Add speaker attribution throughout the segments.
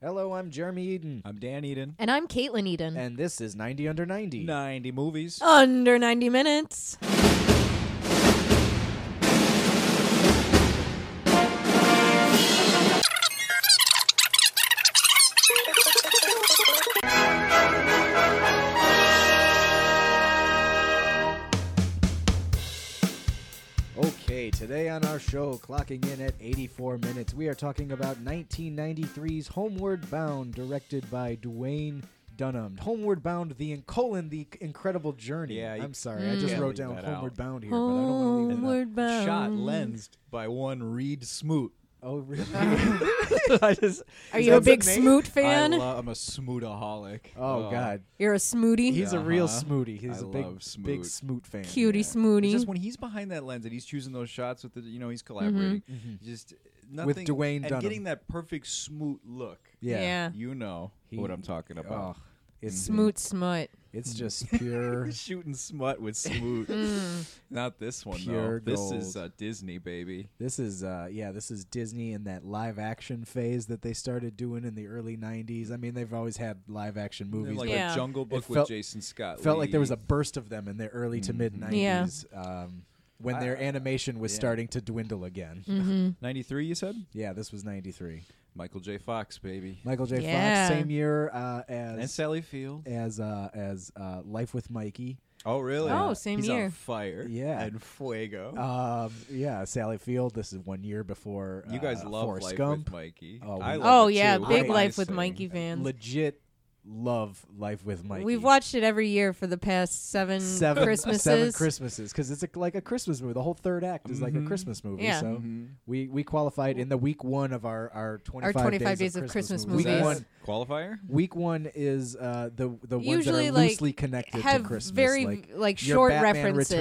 Speaker 1: Hello, I'm Jeremy Eden,
Speaker 2: I'm Dan Eden.
Speaker 3: And I'm Caitlin Eden.
Speaker 1: and this is 90 Under 90.
Speaker 2: 90 movies.
Speaker 3: Under 90 minutes.
Speaker 1: Okay, today on our show, clocking in at 84 minutes, we are talking about 1993's Homeward Bound, directed by Dwayne Dunham. Homeward Bound, the in colon, the incredible journey.
Speaker 2: Yeah, you
Speaker 1: I'm sorry, I just
Speaker 2: can't
Speaker 1: wrote
Speaker 2: leave
Speaker 1: down
Speaker 2: that
Speaker 1: Homeward
Speaker 2: out.
Speaker 1: Bound here, but I don't want to leave it. out.
Speaker 3: Homeward bound.
Speaker 2: Shot lensed by one Reed Smoot.
Speaker 1: Oh, really?
Speaker 2: I just,
Speaker 3: Are you a
Speaker 1: That's a
Speaker 3: big
Speaker 1: name?
Speaker 3: Smoot
Speaker 2: I
Speaker 3: fan?
Speaker 2: am a Smootaholic.
Speaker 1: oh, God.
Speaker 3: You're a Smootie?
Speaker 1: He's a real
Speaker 2: Uh-huh.
Speaker 1: smootie. He's
Speaker 2: I
Speaker 1: a big,
Speaker 2: love Smoot.
Speaker 1: big smoot fan.
Speaker 3: Cutie
Speaker 2: Yeah. It's
Speaker 3: Smootie.
Speaker 2: Just when he's behind that lens and he's choosing those shots with the, you know,
Speaker 3: Mm-hmm.
Speaker 2: he's collaborating. Just nothing.
Speaker 1: Mm-hmm. Dwayne
Speaker 2: and
Speaker 1: Dunham.
Speaker 2: getting that perfect Smoot look.
Speaker 1: Yeah.
Speaker 3: Yeah.
Speaker 2: You know
Speaker 1: He-
Speaker 2: what I'm talking
Speaker 1: Oh,
Speaker 2: about. Mhm.
Speaker 1: it's
Speaker 3: Smoot Smut.
Speaker 1: It's just pure.
Speaker 2: Shooting smut with Smoot.
Speaker 3: Mm.
Speaker 2: Not this one,
Speaker 1: Pure
Speaker 2: though.
Speaker 1: gold.
Speaker 2: This is uh, Disney, baby.
Speaker 1: This is uh yeah, this is Disney in that live action phase that they started doing in the early 90s. I mean, they've always had live action
Speaker 2: They're
Speaker 1: movies.
Speaker 2: Like
Speaker 1: but
Speaker 3: Yeah.
Speaker 2: a Jungle Book
Speaker 1: felt-
Speaker 2: with Jason Scott.
Speaker 1: it felt like there was a
Speaker 2: Lee.
Speaker 1: burst of them in the early to mid 90s um when their
Speaker 2: Mm-hmm. I- uh,
Speaker 1: animation was
Speaker 2: yeah.
Speaker 1: starting to dwindle again.
Speaker 3: Mm-hmm.
Speaker 2: 93. You said
Speaker 1: Yeah, this was 93.
Speaker 2: Michael J. Fox, baby,
Speaker 1: Michael J.
Speaker 3: Yeah.
Speaker 1: Fox same year uh
Speaker 2: and
Speaker 1: as
Speaker 2: Sally Field.
Speaker 1: as uh as uh Life with Mikey.
Speaker 2: Oh, really? Oh,
Speaker 3: Oh, same
Speaker 2: He's
Speaker 3: year.
Speaker 2: On fire.
Speaker 1: Yeah.
Speaker 2: And Fuego.
Speaker 1: Um yeah, Sally Field. This is one year before
Speaker 2: you guys
Speaker 1: uh,
Speaker 2: love
Speaker 1: Forrest
Speaker 2: Life
Speaker 1: Gump.
Speaker 2: with Mikey.
Speaker 1: Oh,
Speaker 2: I
Speaker 1: we-
Speaker 2: love
Speaker 3: Oh,
Speaker 2: it
Speaker 3: yeah.
Speaker 2: too,
Speaker 3: Big Life with
Speaker 2: honestly.
Speaker 3: Mikey fans.
Speaker 1: Legit love Life with Mikey.
Speaker 3: We've watched it every year for the past seven,
Speaker 1: seven
Speaker 3: Christmases. Mm-hmm.
Speaker 1: seven Christmases because it's a, like a Christmas movie. The whole third act is like a Christmas movie.
Speaker 3: Yeah.
Speaker 1: So
Speaker 2: Mm-hmm.
Speaker 1: we we qualified in the week one of our our twenty
Speaker 3: 25 days of Christmas
Speaker 2: Was
Speaker 1: Week
Speaker 3: movies.
Speaker 1: one.
Speaker 2: that Qualifier?
Speaker 1: Week one is uh, the the ones that
Speaker 3: Usually,
Speaker 1: are
Speaker 3: like,
Speaker 1: loosely connected
Speaker 3: Have
Speaker 1: to Christmas,
Speaker 3: very
Speaker 1: like,
Speaker 3: like
Speaker 1: your
Speaker 3: short
Speaker 1: Batman
Speaker 3: references.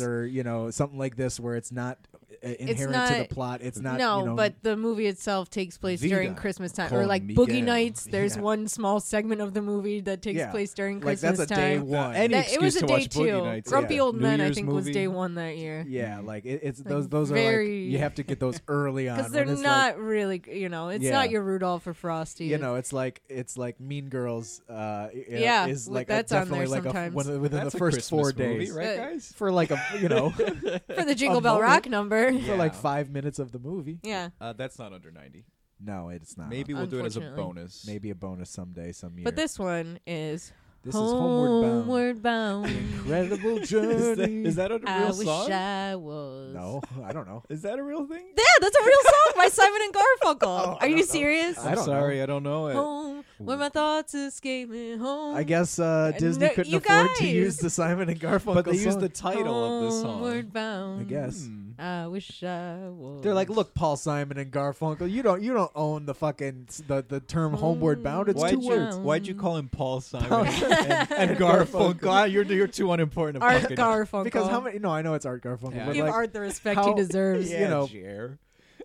Speaker 1: returns or you know something like this, where it's not uh, inherent to the
Speaker 3: not-
Speaker 1: plot. It's not
Speaker 3: no,
Speaker 1: you know,
Speaker 3: but the movie itself takes place during
Speaker 1: Vida,
Speaker 3: Christmas time,
Speaker 2: called
Speaker 3: or like
Speaker 2: Miguel.
Speaker 3: Boogie Nights. There's
Speaker 1: Yeah.
Speaker 3: one small segment of the movie that takes
Speaker 1: Yeah.
Speaker 3: place during
Speaker 1: like
Speaker 3: Christmas
Speaker 1: that's a
Speaker 3: time.
Speaker 1: day one.
Speaker 2: Any
Speaker 3: That- it was
Speaker 2: excuse
Speaker 3: a
Speaker 2: to
Speaker 3: day
Speaker 2: watch Boogie
Speaker 3: two.
Speaker 2: Nights,
Speaker 3: Grumpy
Speaker 1: yeah.
Speaker 3: Old
Speaker 2: New
Speaker 3: Men, I
Speaker 2: Year's
Speaker 3: think, was
Speaker 2: movie.
Speaker 3: day one that year.
Speaker 1: yeah, like it, it's those those are
Speaker 3: very-
Speaker 1: like you have to get those early on
Speaker 3: Because
Speaker 1: when
Speaker 3: they're
Speaker 1: it's like-
Speaker 3: not really, you know, it's
Speaker 1: Yeah.
Speaker 3: not your Rudolph or Frosty.
Speaker 1: you know, it's like it's like Mean Girls. Uh, y- you know,
Speaker 3: Yeah,
Speaker 1: is
Speaker 3: like
Speaker 1: like a-
Speaker 3: that's on
Speaker 1: definitely
Speaker 3: there
Speaker 1: like a f-
Speaker 3: sometimes.
Speaker 1: one of- within
Speaker 2: That's
Speaker 1: the
Speaker 2: a
Speaker 1: first
Speaker 2: Christmas
Speaker 1: four
Speaker 2: movie,
Speaker 1: days
Speaker 2: right,
Speaker 3: Uh,
Speaker 2: guys?
Speaker 1: for like a you know
Speaker 3: for the Jingle Bell
Speaker 1: moment.
Speaker 3: Rock number. Yeah.
Speaker 1: for like five minutes of the movie.
Speaker 2: Uh, that's not under 90.
Speaker 1: No, it's not.
Speaker 2: Maybe we'll do it as a
Speaker 3: Unfortunately.
Speaker 2: bonus.
Speaker 1: maybe a bonus someday, some year.
Speaker 3: But this one is
Speaker 1: This is Homeward Bound.
Speaker 3: Homeward Bound.
Speaker 1: incredible
Speaker 2: Is that,
Speaker 1: journey.
Speaker 2: is that a real
Speaker 3: I wish
Speaker 2: song?
Speaker 3: I was.
Speaker 1: no? I don't know.
Speaker 2: Is that a real thing?
Speaker 3: Yeah, that's a real song by Simon and Garfunkel. Are you serious?
Speaker 1: Oh, I
Speaker 2: I'm
Speaker 1: don't
Speaker 2: sorry, I don't know it.
Speaker 3: home where my thoughts escape me. Home.
Speaker 1: I guess uh,
Speaker 3: Uh,
Speaker 1: Disney
Speaker 3: no,
Speaker 1: couldn't
Speaker 3: you
Speaker 1: afford to
Speaker 3: guys.
Speaker 1: use the Simon and Garfunkel.
Speaker 2: But they used
Speaker 1: song.
Speaker 2: the title of the song.
Speaker 3: Homeward Bound.
Speaker 1: I guess.
Speaker 3: Mm.
Speaker 2: Hmm.
Speaker 3: I wish I was.
Speaker 1: They're like, look, Paul Simon and Garfunkel, you don't you don't own the fucking s- the, the term homeward bound. It's
Speaker 2: Why'd
Speaker 1: two
Speaker 2: you,
Speaker 1: words.
Speaker 2: why'd you call him Paul Simon and, and Garfunkel? Ah, You're, you're too unimportant. to
Speaker 3: Art
Speaker 2: fucking-
Speaker 3: Garfunkel.
Speaker 1: Because how many? No, I know it's Art Garfunkel,
Speaker 2: Yeah.
Speaker 1: but
Speaker 3: Give
Speaker 1: like
Speaker 3: Art the respect
Speaker 1: how-
Speaker 3: he deserves.
Speaker 1: you
Speaker 2: Yeah,
Speaker 1: know.
Speaker 2: Jer.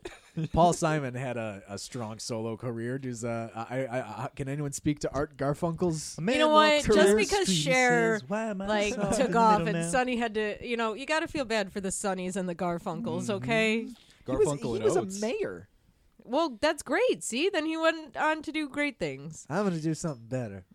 Speaker 1: Paul Simon had a, a strong solo career. Does uh, I, I, I can anyone speak to Art Garfunkel's?
Speaker 3: You know what? Just because Cher
Speaker 2: Share
Speaker 3: like took off and Sonny had to, you know, you got to feel bad for the Sonnies and the
Speaker 1: Mm-hmm.
Speaker 3: Garfunkels, okay?
Speaker 2: Garfunkel
Speaker 1: he
Speaker 2: and
Speaker 1: was, he
Speaker 2: Oates.
Speaker 1: was a mayor.
Speaker 3: Well, that's great. See, then he went on to do great things.
Speaker 1: I'm gonna do something better.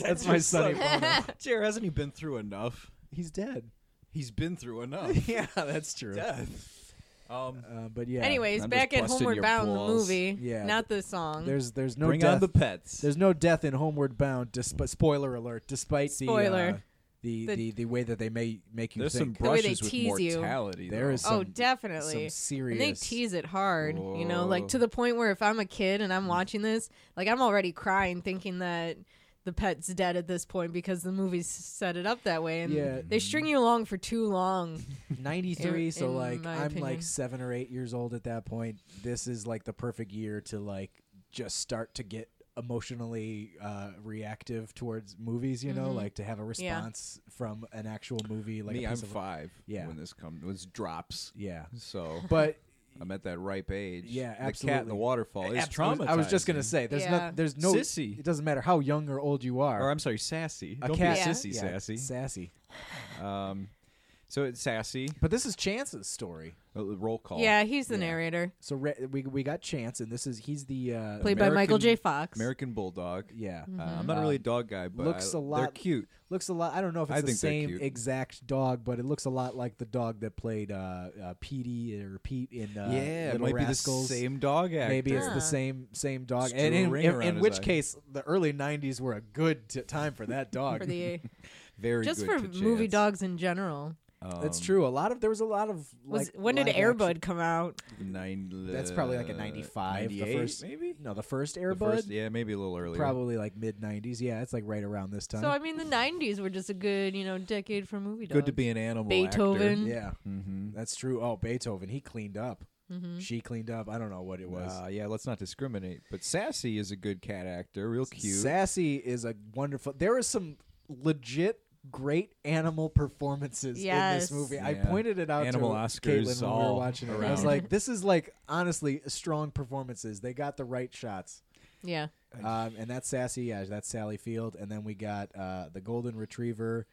Speaker 1: That's my sonny. Bono.
Speaker 2: Jer, hasn't he been through enough?
Speaker 1: He's dead.
Speaker 2: He's been through enough.
Speaker 1: yeah, that's true.
Speaker 2: Death. Um,
Speaker 1: Uh, but yeah.
Speaker 3: Anyways,
Speaker 2: I'm just
Speaker 3: back at
Speaker 2: busting
Speaker 3: Homeward
Speaker 2: your
Speaker 3: Bound,
Speaker 2: balls.
Speaker 3: the movie,
Speaker 1: Yeah.
Speaker 3: not the song.
Speaker 1: there's there's no
Speaker 2: bring
Speaker 1: death.
Speaker 2: on the pets.
Speaker 1: There's no death in Homeward Bound. Disp- spoiler alert. Despite
Speaker 3: Spoiler.
Speaker 1: the uh, the,
Speaker 3: The-
Speaker 1: the the way that they may make you
Speaker 2: There's some
Speaker 1: think
Speaker 3: The way they
Speaker 2: brushes with
Speaker 3: tease you.
Speaker 2: mortality.
Speaker 1: There
Speaker 2: though.
Speaker 1: is
Speaker 3: oh,
Speaker 1: some-
Speaker 3: definitely.
Speaker 1: some
Speaker 3: And they
Speaker 1: serious-
Speaker 3: tease it hard, you know,
Speaker 2: Whoa.
Speaker 3: like to the point where if I'm a kid and
Speaker 1: Mm.
Speaker 3: I'm watching this, like I'm already crying thinking that the pet's dead at this point because the movie's set it up that way and
Speaker 1: Yeah.
Speaker 3: they string you along for too long.
Speaker 1: 93
Speaker 3: in-
Speaker 1: so
Speaker 3: in
Speaker 1: like
Speaker 3: my
Speaker 1: i'm
Speaker 3: opinion.
Speaker 1: like seven or eight years old at that point this is like the perfect year to like just start to get emotionally uh, reactive towards movies you know
Speaker 3: Mm-hmm.
Speaker 1: like to have a response from an actual movie like
Speaker 2: Me,
Speaker 1: a
Speaker 2: I'm
Speaker 1: piece of,
Speaker 2: five.
Speaker 1: Yeah.
Speaker 2: When this comes, this drops.
Speaker 1: yeah
Speaker 2: So,
Speaker 1: but
Speaker 2: I'm at that ripe age.
Speaker 1: Yeah,
Speaker 2: The cat in
Speaker 1: absolutely.
Speaker 2: the waterfall
Speaker 1: abs-
Speaker 2: is
Speaker 1: I was-
Speaker 2: traumatizing.
Speaker 1: i was just gonna say there's
Speaker 3: Yeah.
Speaker 1: no there's no
Speaker 2: Sissy.
Speaker 1: it doesn't matter how young or old you are
Speaker 2: or I'm sorry, sassy.
Speaker 1: a
Speaker 2: Don't
Speaker 1: cat
Speaker 2: be
Speaker 3: Yeah.
Speaker 2: sissy,
Speaker 1: yeah,
Speaker 2: sassy.
Speaker 1: sassy
Speaker 2: Um, So it's sassy.
Speaker 1: But this is Chance's story.
Speaker 2: Uh, roll call.
Speaker 3: Yeah, he's the
Speaker 2: Yeah.
Speaker 3: narrator,
Speaker 1: So Ra- we we got Chance, and this is he's the uh,
Speaker 3: played by Mm-hmm. Michael J. Fox.
Speaker 2: American Bulldog.
Speaker 1: Yeah,
Speaker 2: Uh, I'm not really a dog guy, but
Speaker 1: Mm-hmm. looks
Speaker 2: I-
Speaker 1: a lot-
Speaker 2: They're cute.
Speaker 1: looks a lot. I don't know if it's
Speaker 2: I
Speaker 1: the
Speaker 2: think they're
Speaker 1: same
Speaker 2: cute.
Speaker 1: exact dog, but it looks a lot like the dog that played uh, uh, Petey or Pete in uh,
Speaker 2: yeah, it
Speaker 1: Little
Speaker 2: might
Speaker 1: Rascals.
Speaker 2: be the same dog actor.
Speaker 1: Maybe it's
Speaker 3: Yeah.
Speaker 1: the same same dog.
Speaker 2: Just
Speaker 1: And
Speaker 2: drew a
Speaker 1: in,
Speaker 2: ring
Speaker 1: in-
Speaker 2: around
Speaker 1: in
Speaker 2: his
Speaker 1: which
Speaker 2: eye.
Speaker 1: case, the early '90s were a good t- time for that dog.
Speaker 3: for the
Speaker 2: very
Speaker 3: just
Speaker 2: good
Speaker 3: for
Speaker 2: to
Speaker 3: movie
Speaker 2: chance.
Speaker 3: dogs in general.
Speaker 1: That's
Speaker 2: Um,
Speaker 1: true. A lot of there was a lot of
Speaker 3: Was
Speaker 1: like,
Speaker 3: when did
Speaker 1: live
Speaker 3: Air
Speaker 1: action-
Speaker 3: Bud come out?
Speaker 2: Nine,
Speaker 1: That's probably like a
Speaker 2: uh,
Speaker 1: 95, the
Speaker 2: 98,
Speaker 1: first-
Speaker 2: maybe.
Speaker 1: No, the first Air
Speaker 2: The first,
Speaker 1: Bud,
Speaker 2: yeah, maybe a little earlier.
Speaker 1: probably like mid '90s. Yeah, it's like right around this time.
Speaker 3: So I mean, the '90s were just a good, you know, decade for movie dogs.
Speaker 2: good to be an animal.
Speaker 3: Beethoven.
Speaker 1: yeah,
Speaker 2: Mm-hmm.
Speaker 1: that's true. Oh, Beethoven, he cleaned up.
Speaker 3: Mhm.
Speaker 1: She cleaned up. I don't know what it was.
Speaker 2: Uh, yeah, let's not discriminate. But Sassy is a good cat actor, real cute.
Speaker 1: Sassy is a wonderful. There is some legit great animal performances in
Speaker 3: Yes.
Speaker 1: this movie. I
Speaker 2: Yeah.
Speaker 1: pointed it out
Speaker 2: Animal
Speaker 1: to
Speaker 2: Oscars
Speaker 1: Caitlin when we were
Speaker 2: all
Speaker 1: watching it. I was
Speaker 2: around.
Speaker 1: like, this is like honestly strong performances. They got the right shots.
Speaker 3: Yeah,
Speaker 1: Um, and that's Sassy. Yeah, that's Sally Field. And then we got uh, the Golden Retriever.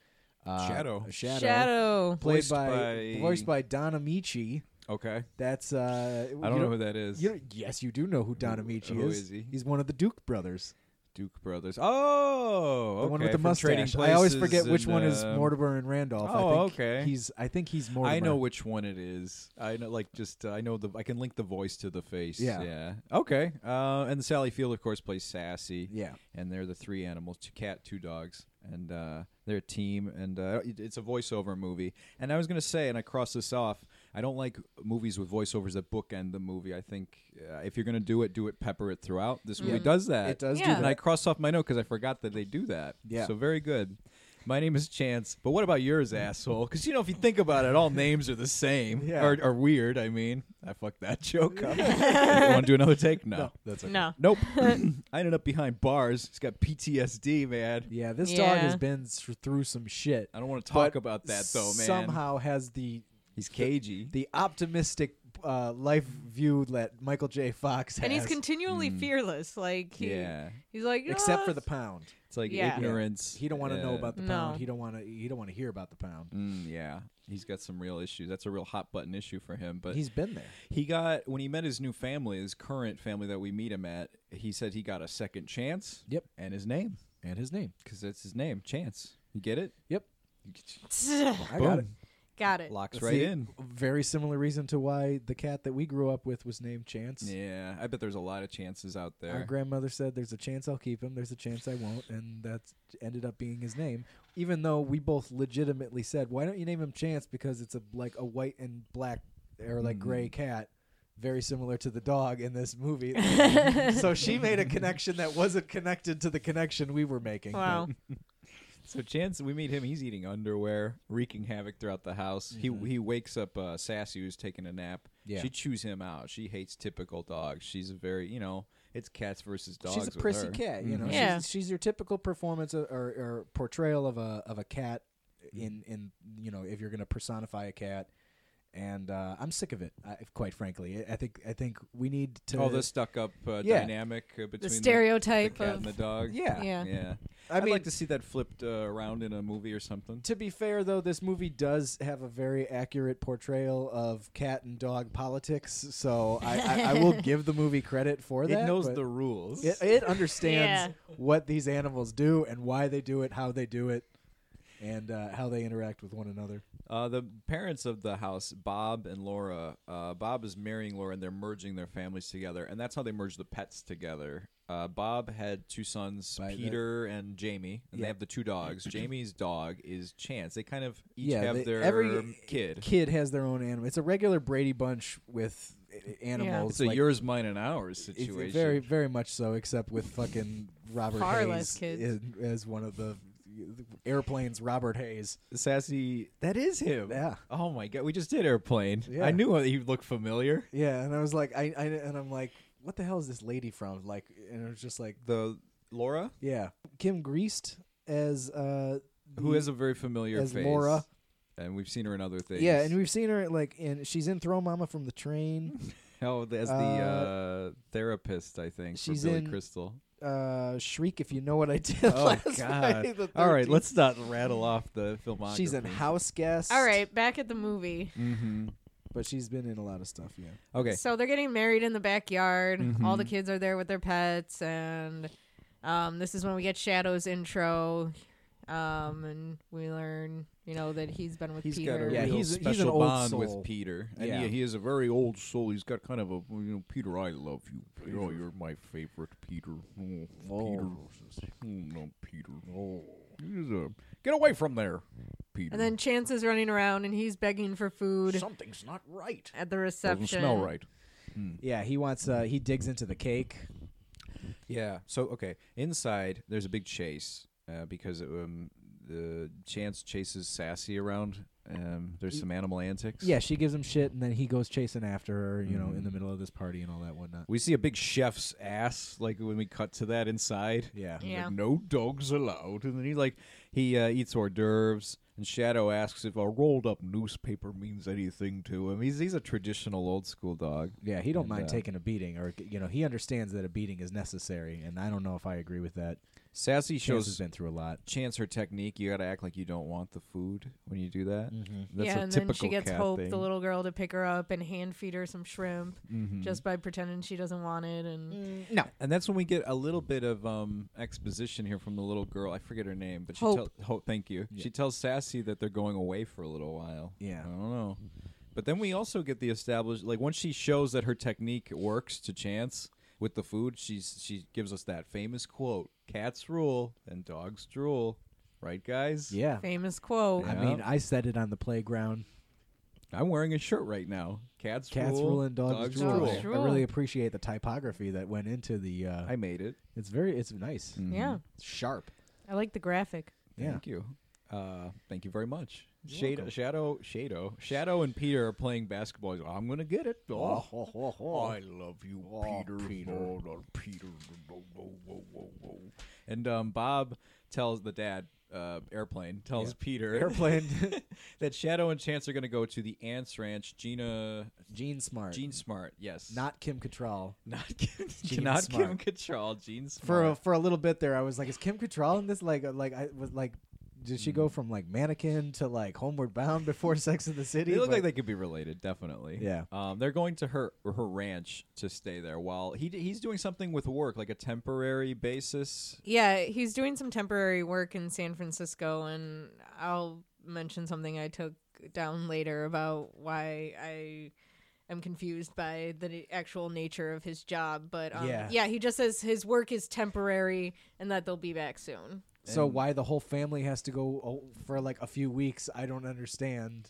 Speaker 1: Uh,
Speaker 2: Shadow.
Speaker 1: Shadow.
Speaker 3: Shadow.
Speaker 1: Played
Speaker 2: Voiced
Speaker 1: by,
Speaker 2: by-
Speaker 1: voiced by Don Amici.
Speaker 2: okay,
Speaker 1: That's uh,
Speaker 2: I don't know who that is.
Speaker 1: You yes, you do know who Don
Speaker 2: Who-
Speaker 1: Amici
Speaker 2: who
Speaker 1: is.
Speaker 2: is he?
Speaker 1: He's one of the Duke brothers.
Speaker 2: Duke Brothers.
Speaker 1: The
Speaker 2: Oh,
Speaker 1: one with
Speaker 2: okay,
Speaker 1: the
Speaker 2: from Trading
Speaker 1: mustache. I always
Speaker 2: Places
Speaker 1: forget which
Speaker 2: and,
Speaker 1: one is
Speaker 2: um,
Speaker 1: Mortimer and Randolph. I
Speaker 2: oh,
Speaker 1: think
Speaker 2: okay.
Speaker 1: He's. I think he's Mortimer.
Speaker 2: I know which one it is. I know, like, just uh, I know the. I can link the voice to the face.
Speaker 1: Yeah.
Speaker 2: Yeah. Okay. Uh, and Sally Field, of course, plays Sassy.
Speaker 1: Yeah.
Speaker 2: And they're the three animals: two cat, two dogs, and uh, they're a team. And uh, it- it's a voiceover movie. And I was gonna say, and I crossed this off. I don't like movies with voiceovers that bookend the movie. I think uh, if you're gonna do it, do it, pepper it throughout. This movie does that.
Speaker 1: It does
Speaker 3: Yeah.
Speaker 1: do
Speaker 2: And I
Speaker 1: that.
Speaker 2: crossed off my note because I forgot that they do that.
Speaker 1: Yeah.
Speaker 2: So very good. My name is Chance, but what about yours, asshole? Because you know, if you think about it, all names are the same
Speaker 1: Yeah.
Speaker 2: or, or weird. I mean, I fucked that joke up. Want to do another take? No.
Speaker 1: that's
Speaker 3: No.
Speaker 2: Nope. I ended up behind bars. He's got PTSD, man.
Speaker 1: Yeah, this dog has
Speaker 3: Yeah.
Speaker 1: been s- through some shit.
Speaker 2: I don't want to talk
Speaker 1: But
Speaker 2: about that though, man.
Speaker 1: Somehow has the
Speaker 2: he's cagey.
Speaker 1: the optimistic uh, life view that Michael J. Fox has.
Speaker 3: And he's continually fearless. Like he,
Speaker 2: Mm. yeah.
Speaker 3: he's like
Speaker 1: except for
Speaker 3: "Ah,
Speaker 1: the pound.
Speaker 2: It's like
Speaker 3: Yeah.
Speaker 2: ignorance.
Speaker 1: He don't want to know
Speaker 2: Yeah.
Speaker 1: about the
Speaker 3: No.
Speaker 1: pound. He don't want to. He don't want to hear about the pound.
Speaker 2: Mm, yeah. He's got some real issues. That's a real hot button issue for him. But
Speaker 1: He's been there.
Speaker 2: He got when he met his new family, his current family that we meet him at. He said he got a second chance.
Speaker 1: Yep.
Speaker 2: and his name
Speaker 1: And his name.
Speaker 2: because that's his name, Chance. You get it?
Speaker 1: Yep. I
Speaker 2: Boom.
Speaker 1: got it.
Speaker 3: "Ah, Got it.
Speaker 2: Locks
Speaker 1: That's
Speaker 2: right
Speaker 1: the
Speaker 2: in.
Speaker 1: Very similar reason to why the cat that we grew up with was named Chance.
Speaker 2: Yeah, I bet there's a lot of chances out
Speaker 1: Our
Speaker 2: there.
Speaker 1: grandmother said, "There's a chance I'll keep him. There's a chance I won't," and that ended up being his name. Even though we both legitimately said, "Why don't you name him Chance?" Because it's a like a white and black or like gray cat, very similar to the dog in this movie. so she made a connection that wasn't connected to the connection we were making.
Speaker 3: Wow.
Speaker 2: so Chance, we meet him. He's eating underwear, wreaking havoc throughout the house. He he wakes up uh, Sassy, who's taking a nap.
Speaker 1: Mm-hmm. Yeah.
Speaker 2: she chews him out. She hates typical dogs. She's a very you know it's cats versus dogs.
Speaker 1: she's a
Speaker 2: with
Speaker 1: prissy
Speaker 2: her. Mm-hmm.
Speaker 1: cat, you know.
Speaker 3: Mhm. Yeah.
Speaker 1: She's, she's your typical performance or, or, or portrayal of a of a cat
Speaker 2: Mm-hmm.
Speaker 1: in in you know if you're going to personify a cat. And uh, I'm sick of it, I, quite frankly. I I think I think we need to.
Speaker 2: All this stuck up uh,
Speaker 1: Yeah.
Speaker 2: dynamic uh, between
Speaker 3: the
Speaker 2: the-
Speaker 3: stereotype
Speaker 2: the cat
Speaker 3: of
Speaker 2: and the dog.
Speaker 1: Yeah.
Speaker 3: Yeah.
Speaker 2: yeah.
Speaker 1: I
Speaker 2: I'd
Speaker 1: mean,
Speaker 2: like to see that flipped uh, around in a movie or something.
Speaker 1: to be fair though, this movie does have a very accurate portrayal of cat and dog politics. So I, I, I will give the movie credit for that.
Speaker 2: it knows
Speaker 1: but
Speaker 2: the rules.
Speaker 1: It, it understands what these animals do and why they do it, how they do it, and uh, how they interact with one another.
Speaker 2: uh, the parents of the house, Bob and Laura. Uh, Bob is marrying Laura, and they're merging their families together, and that's how they merge the pets together. Uh, Bob had two sons,
Speaker 1: By the-
Speaker 2: Peter and Jamie, and
Speaker 1: Yeah.
Speaker 2: they have the two dogs. Jamie's dog is Chance. They kind of each
Speaker 1: Yeah,
Speaker 2: have
Speaker 1: they-
Speaker 2: their
Speaker 1: every-
Speaker 2: kid.
Speaker 1: Kid has their own animal. It's a regular Brady Bunch with uh, animals.
Speaker 2: It's a
Speaker 1: like-
Speaker 2: yours, mine, and ours
Speaker 1: it's
Speaker 2: situation.
Speaker 1: very, very much so, except with fucking Robert
Speaker 3: Far
Speaker 1: Hayes
Speaker 3: less kids.
Speaker 1: in- as one of the airplanes. Robert Hayes.
Speaker 2: sassy. That is him.
Speaker 1: Yeah.
Speaker 2: Oh my god, we just did airplane.
Speaker 1: Yeah.
Speaker 2: I knew he looked familiar.
Speaker 1: Yeah, and I was like, I, I and I'm like, what the hell is this lady from? Like, and it was just like,
Speaker 2: The Laura.
Speaker 1: yeah, Kim Greased as uh,
Speaker 2: who
Speaker 1: the-
Speaker 2: has a very familiar
Speaker 1: as
Speaker 2: face.
Speaker 1: Laura.
Speaker 2: and we've seen her in other things.
Speaker 1: yeah, and we've seen her like, and she's in Throw Mama from the Train.
Speaker 2: oh, as
Speaker 1: uh,
Speaker 2: the uh, therapist, I think for
Speaker 1: she's
Speaker 2: Billy
Speaker 1: in-
Speaker 2: Crystal.
Speaker 1: uh, Shriek, if you know what I did
Speaker 2: Oh
Speaker 1: last night.
Speaker 2: God!
Speaker 1: the
Speaker 2: All right,
Speaker 1: 13th.
Speaker 2: let's not rattle off the filmography.
Speaker 1: She's in House Guest.
Speaker 3: All right, back at the movie.
Speaker 2: Mm-hmm.
Speaker 1: but she's been in a lot of stuff. Yeah,
Speaker 2: Okay. Mm-hmm.
Speaker 3: So they're getting married in the backyard. All the kids are there with their pets, and um, this is when we get Shadow's intro, um, and we learn, you know, that he's been with
Speaker 1: He's got
Speaker 3: Peter.
Speaker 1: a
Speaker 2: yeah,
Speaker 1: real
Speaker 2: he's
Speaker 1: special
Speaker 2: he's an old
Speaker 1: bond
Speaker 2: bond soul.
Speaker 1: with
Speaker 2: with Peter, and
Speaker 1: Yeah.
Speaker 2: yeah. he, is a very old soul. He's got kind of a you know, Peter, I love you. Peter. Oh, you're my favorite, Peter. Oh, Peter, oh, no, Peter. Oh, he's a, get away from there, Peter.
Speaker 3: and then Chance is running around, and he's begging for food
Speaker 2: something's not right.
Speaker 3: at the
Speaker 2: Doesn't
Speaker 3: reception.
Speaker 2: smell right.
Speaker 1: yeah. He wants. Uh, he digs into the cake.
Speaker 2: Yeah. So okay, inside there's a big chase uh, because um, the Chance chases Sassy around. Um, there's some animal antics.
Speaker 1: Yeah, she gives him shit, and then he goes chasing after her. You know, in
Speaker 2: Mhm.
Speaker 1: the middle of this party and all that whatnot.
Speaker 2: We see a big chef's ass, like when we cut to that inside.
Speaker 1: Yeah.
Speaker 3: Yeah.
Speaker 2: Like, no dogs allowed. And then he like he uh, eats hors d'oeuvres. And Shadow asks if a rolled up newspaper means anything to him. He's he's a traditional old school dog.
Speaker 1: Yeah, he don't
Speaker 2: And,
Speaker 1: mind
Speaker 2: uh,
Speaker 1: taking a beating, or you know, he understands that a beating is necessary, and I don't know if I agree with that.
Speaker 2: Sassy
Speaker 1: Chance
Speaker 2: shows
Speaker 1: has been through a lot.
Speaker 2: Chance her technique. You got to act like you don't want the food when you do that. That's
Speaker 3: Mm. yeah,
Speaker 2: a
Speaker 3: and
Speaker 2: typical
Speaker 3: then she gets
Speaker 2: cat
Speaker 3: Hope,
Speaker 2: thing.
Speaker 3: the little girl, to pick her up and hand feed her some shrimp
Speaker 2: Mm-hmm.
Speaker 3: just by pretending she doesn't want it. And
Speaker 1: No,
Speaker 2: And that's when we get a little bit of um, exposition here from the little girl. I forget her name, but she
Speaker 3: Hope.
Speaker 2: tell- Hope, thank you. She tells Sassy that they're going away for a little while.
Speaker 1: Yeah.
Speaker 2: I don't know. But then we also get the established like once she shows that her technique works to chance with the food, she's she gives us that famous quote, cats rule and dogs drool. Right guys?
Speaker 1: yeah.
Speaker 3: famous quote.
Speaker 1: I mean, I said it on the playground.
Speaker 2: I'm wearing a shirt right now. Cats,
Speaker 1: Cats
Speaker 2: rule,
Speaker 1: rule and dogs, drool.
Speaker 3: drool.
Speaker 1: I-
Speaker 3: Dogs
Speaker 1: I
Speaker 3: drool.
Speaker 1: really appreciate the typography that went into the. Uh,
Speaker 2: I made it.
Speaker 1: it's very, it's nice,
Speaker 3: Yeah,
Speaker 1: It's sharp.
Speaker 3: I like the graphic.
Speaker 1: Yeah.
Speaker 2: Thank you. Uh, thank you very much. Shadow, Shadow, Shadow, Shadow, and Peter are playing basketball. He's like, I'm gonna get it. Oh, I love you, Peter. Peter. Oh, no, Peter. Whoa, whoa, whoa, whoa, whoa. And um, Bob tells the dad, uh, airplane tells Peter
Speaker 1: Airplane.
Speaker 2: that Shadow and Chance are gonna go to the Ants Ranch. Gina,
Speaker 1: Gene Smart,
Speaker 2: Gene Smart, yes,
Speaker 1: not Kim Cattrall.
Speaker 2: not Kim,
Speaker 1: Gene
Speaker 2: not Kim
Speaker 1: Smart.
Speaker 2: Cattrall. Gene Smart.
Speaker 1: For a, for a little bit there, I was like, is Kim Cattrall in this? Like, uh, like I was like, did she go from like mannequin to like Homeward Bound before Sex in the City?
Speaker 2: They look
Speaker 1: But-
Speaker 2: like they could be related, definitely.
Speaker 1: Yeah.
Speaker 2: Um, they're going to her her ranch to stay there while he he's doing something with work, like a temporary basis.
Speaker 3: Yeah, he's doing some temporary work in San Francisco, and I'll mention something I took down later about why I am confused by the na- actual nature of his job. But um,
Speaker 1: Yeah.
Speaker 3: yeah. he just says his work is temporary and that they'll be back soon.
Speaker 1: So why the whole family has to go oh, for like a few weeks? I don't understand.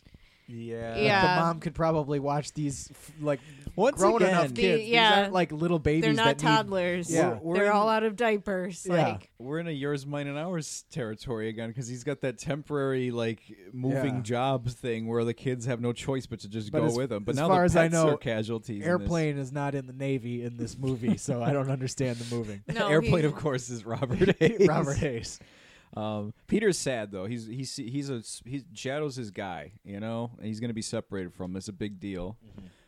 Speaker 2: Yeah.
Speaker 1: Like,
Speaker 3: Yeah.
Speaker 1: the mom could probably watch these f- like
Speaker 2: Once
Speaker 1: grown enough kids.
Speaker 2: again- The-
Speaker 1: These
Speaker 3: yeah.
Speaker 1: aren't like little babies.
Speaker 3: They're not
Speaker 1: that need-
Speaker 3: toddlers.
Speaker 1: Yeah.
Speaker 2: We're-
Speaker 3: They're
Speaker 2: we're
Speaker 3: all
Speaker 2: in-
Speaker 3: out of diapers.
Speaker 1: Yeah.
Speaker 3: Like,
Speaker 2: We're in a yours, mine, and ours territory again because he's got that temporary like moving
Speaker 1: Yeah.
Speaker 2: job thing where the kids have no choice but to just
Speaker 1: But
Speaker 2: go
Speaker 1: as-
Speaker 2: with him. But
Speaker 1: as
Speaker 2: now
Speaker 1: far
Speaker 2: the
Speaker 1: as I
Speaker 2: pets
Speaker 1: know,
Speaker 2: are casualties. in this.
Speaker 1: Airplane is not in the navy in this movie, so I don't understand the moving.
Speaker 3: no,
Speaker 2: Airplane,
Speaker 3: he-
Speaker 2: of course, is Robert Hayes.
Speaker 1: Robert Hayes.
Speaker 2: Um, Peter's sad though. He's he's he's a he shadows his guy. You know, and he's gonna be separated from. him. It's a big deal.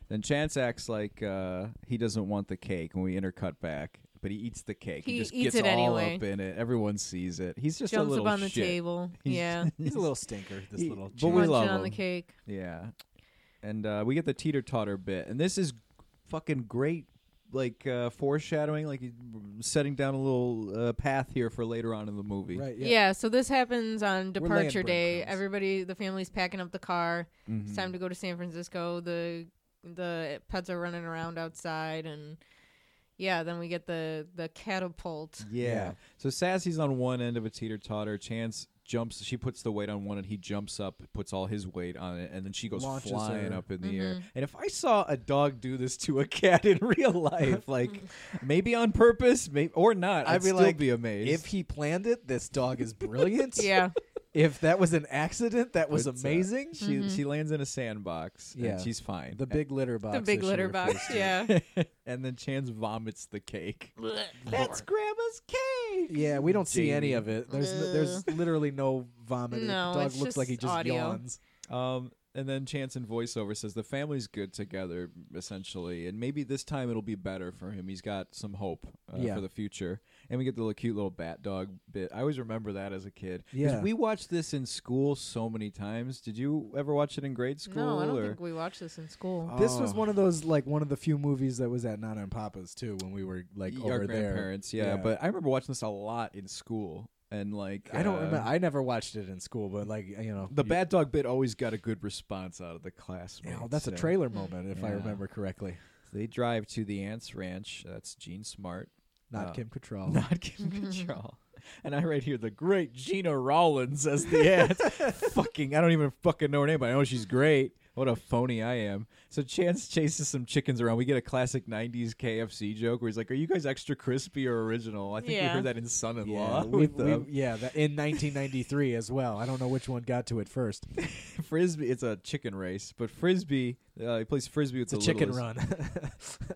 Speaker 2: Then Chance acts like uh, he doesn't want the cake, and we intercut back. But he eats the cake. He,
Speaker 3: He
Speaker 2: just
Speaker 3: eats
Speaker 2: gets
Speaker 3: it
Speaker 2: all
Speaker 3: anyway.
Speaker 2: up in it. Everyone sees it. He's just a
Speaker 3: jumps
Speaker 2: little
Speaker 3: up on the
Speaker 2: shit.
Speaker 3: table.
Speaker 2: He's-
Speaker 3: yeah.
Speaker 1: He's a little stinker. This
Speaker 2: He-
Speaker 1: little.
Speaker 2: but
Speaker 1: chap.
Speaker 2: we
Speaker 3: Munching
Speaker 2: love
Speaker 3: on the
Speaker 2: him.
Speaker 3: cake.
Speaker 2: Yeah, and uh, we get the teeter totter bit, and this is fucking great. Like uh, foreshadowing, like he's setting down a little uh, path here for later on in the movie.
Speaker 1: right.
Speaker 3: Yeah.
Speaker 1: Yeah.
Speaker 3: so this happens on departure day.
Speaker 1: breadcrumbs. Mm-hmm.
Speaker 3: Everybody, the family's packing up the car. It's time to go to San Francisco. The the pets are running around outside, and yeah, then we get the the catapult.
Speaker 2: Yeah.
Speaker 1: Yeah.
Speaker 2: So Sassy's on one end of a teeter totter. Chance jumps. She puts the weight on one, and he jumps up, puts all his weight on it, and then she goes
Speaker 1: Launches
Speaker 2: flying
Speaker 1: her.
Speaker 2: up in the air. And if I saw a dog do this to a cat in real life, like maybe on purpose, maybe or not, I'd,
Speaker 1: I'd be
Speaker 2: still
Speaker 1: like,
Speaker 2: be amazed.
Speaker 1: If he planned it, this dog is brilliant.
Speaker 3: Yeah,
Speaker 1: If that was an accident, that was
Speaker 2: It's, uh,
Speaker 1: amazing.
Speaker 3: Mm-hmm.
Speaker 2: she she lands in a sandbox,
Speaker 1: Yeah.
Speaker 2: and she's fine.
Speaker 1: the big litter box.
Speaker 3: the big
Speaker 1: that she
Speaker 3: litter
Speaker 1: refers
Speaker 3: box.
Speaker 1: to.
Speaker 3: Yeah,
Speaker 2: and then Chance vomits the cake. That's Grandma's cake.
Speaker 1: Yeah, we don't see any
Speaker 2: Jamie.
Speaker 1: of it. There's n- there's literally no vomit.
Speaker 3: Uh. No,
Speaker 1: the dog
Speaker 3: it's
Speaker 1: looks like he
Speaker 3: just
Speaker 1: just
Speaker 3: audio.
Speaker 1: yawns.
Speaker 2: Um, And then Chance in voiceover says the family's good together, essentially, and maybe this time it'll be better for him. He's got some hope uh,
Speaker 1: Yeah.
Speaker 2: for the future. And we get the little cute little bat dog bit. I always remember that as a kid. 'Cause
Speaker 1: Yeah.
Speaker 2: we watched this in school so many times. Did you ever watch it in grade school?
Speaker 3: no, I don't
Speaker 2: or?
Speaker 3: think we watched this in school.
Speaker 1: This was
Speaker 2: Oh.
Speaker 1: one of those like one of the few movies that was at Not on Papa's too when we were like
Speaker 2: Y-
Speaker 1: over there.
Speaker 2: our grandparents. Yeah,
Speaker 1: Yeah.
Speaker 2: but I remember watching this a lot in school, and like
Speaker 1: I don't
Speaker 2: uh,
Speaker 1: remember. I never watched it in school, but like you know,
Speaker 2: the
Speaker 1: you-
Speaker 2: bad dog bit always got a good response out of the class.
Speaker 1: Yeah, well, that's a trailer moment if I
Speaker 2: Yeah.
Speaker 1: remember correctly.
Speaker 2: They drive to the ants ranch. That's Gene Smart,
Speaker 1: Not
Speaker 2: Oh.
Speaker 1: Kim Cattrall.
Speaker 2: not Kim Cattrall. And I right here the great Gina Rollins as the ant. fucking, I don't even fucking know her name, but I know she's great. What a phony I am. So Chance chases some chickens around. We get a classic '90s KFC joke where he's like, "Are you guys extra crispy or original?" I think we
Speaker 3: Yeah.
Speaker 2: heard that in Son-in-Law.
Speaker 1: Yeah, we,
Speaker 2: with,
Speaker 1: we-
Speaker 2: um,
Speaker 1: yeah that, in 1993 as well. I don't know which one got to it first.
Speaker 2: frisbee. It's a chicken race, but frisbee. Uh, he plays frisbee
Speaker 1: It's
Speaker 2: with
Speaker 1: a
Speaker 2: the
Speaker 1: chicken
Speaker 2: littlest.
Speaker 1: run.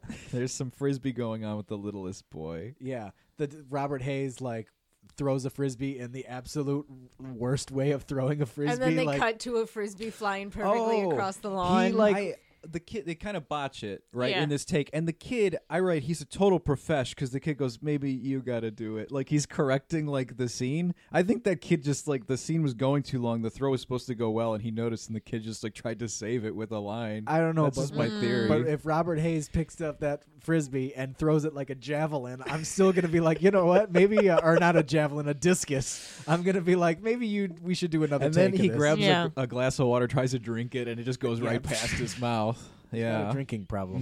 Speaker 2: There's some frisbee going on with the littlest boy.
Speaker 1: yeah, the Robert Hayes like throws a frisbee in the absolute worst way of throwing a frisbee.
Speaker 3: and then they
Speaker 1: like,
Speaker 3: cut to a frisbee flying perfectly
Speaker 2: Oh,
Speaker 3: across the lawn.
Speaker 1: he like
Speaker 2: I- the kid, they kind of botch it right
Speaker 3: Yeah.
Speaker 2: in this take, and the kid, I write, he's a total profesh because the kid goes, "Maybe you got to do it." Like he's correcting like the scene. I think that kid just like the scene was going too long. The throw was supposed to go well, and he noticed, and the kid just like tried to save it with a line.
Speaker 1: I don't know,
Speaker 2: That's
Speaker 1: but-
Speaker 2: just
Speaker 3: Mm.
Speaker 2: my theory.
Speaker 1: But if Robert Hayes picks up that frisbee and throws it like a javelin, I'm still gonna be like, you know what? Maybe uh, or not a javelin, a discus. I'm gonna be like, maybe you we should do another.
Speaker 2: and then
Speaker 1: take of
Speaker 2: he
Speaker 1: this.
Speaker 2: grabs
Speaker 3: Yeah.
Speaker 2: a, a glass of water, tries to drink it, and it just goes
Speaker 1: Yeah.
Speaker 2: right past his mouth.
Speaker 1: He's got a
Speaker 2: Yeah.
Speaker 1: drinking problem.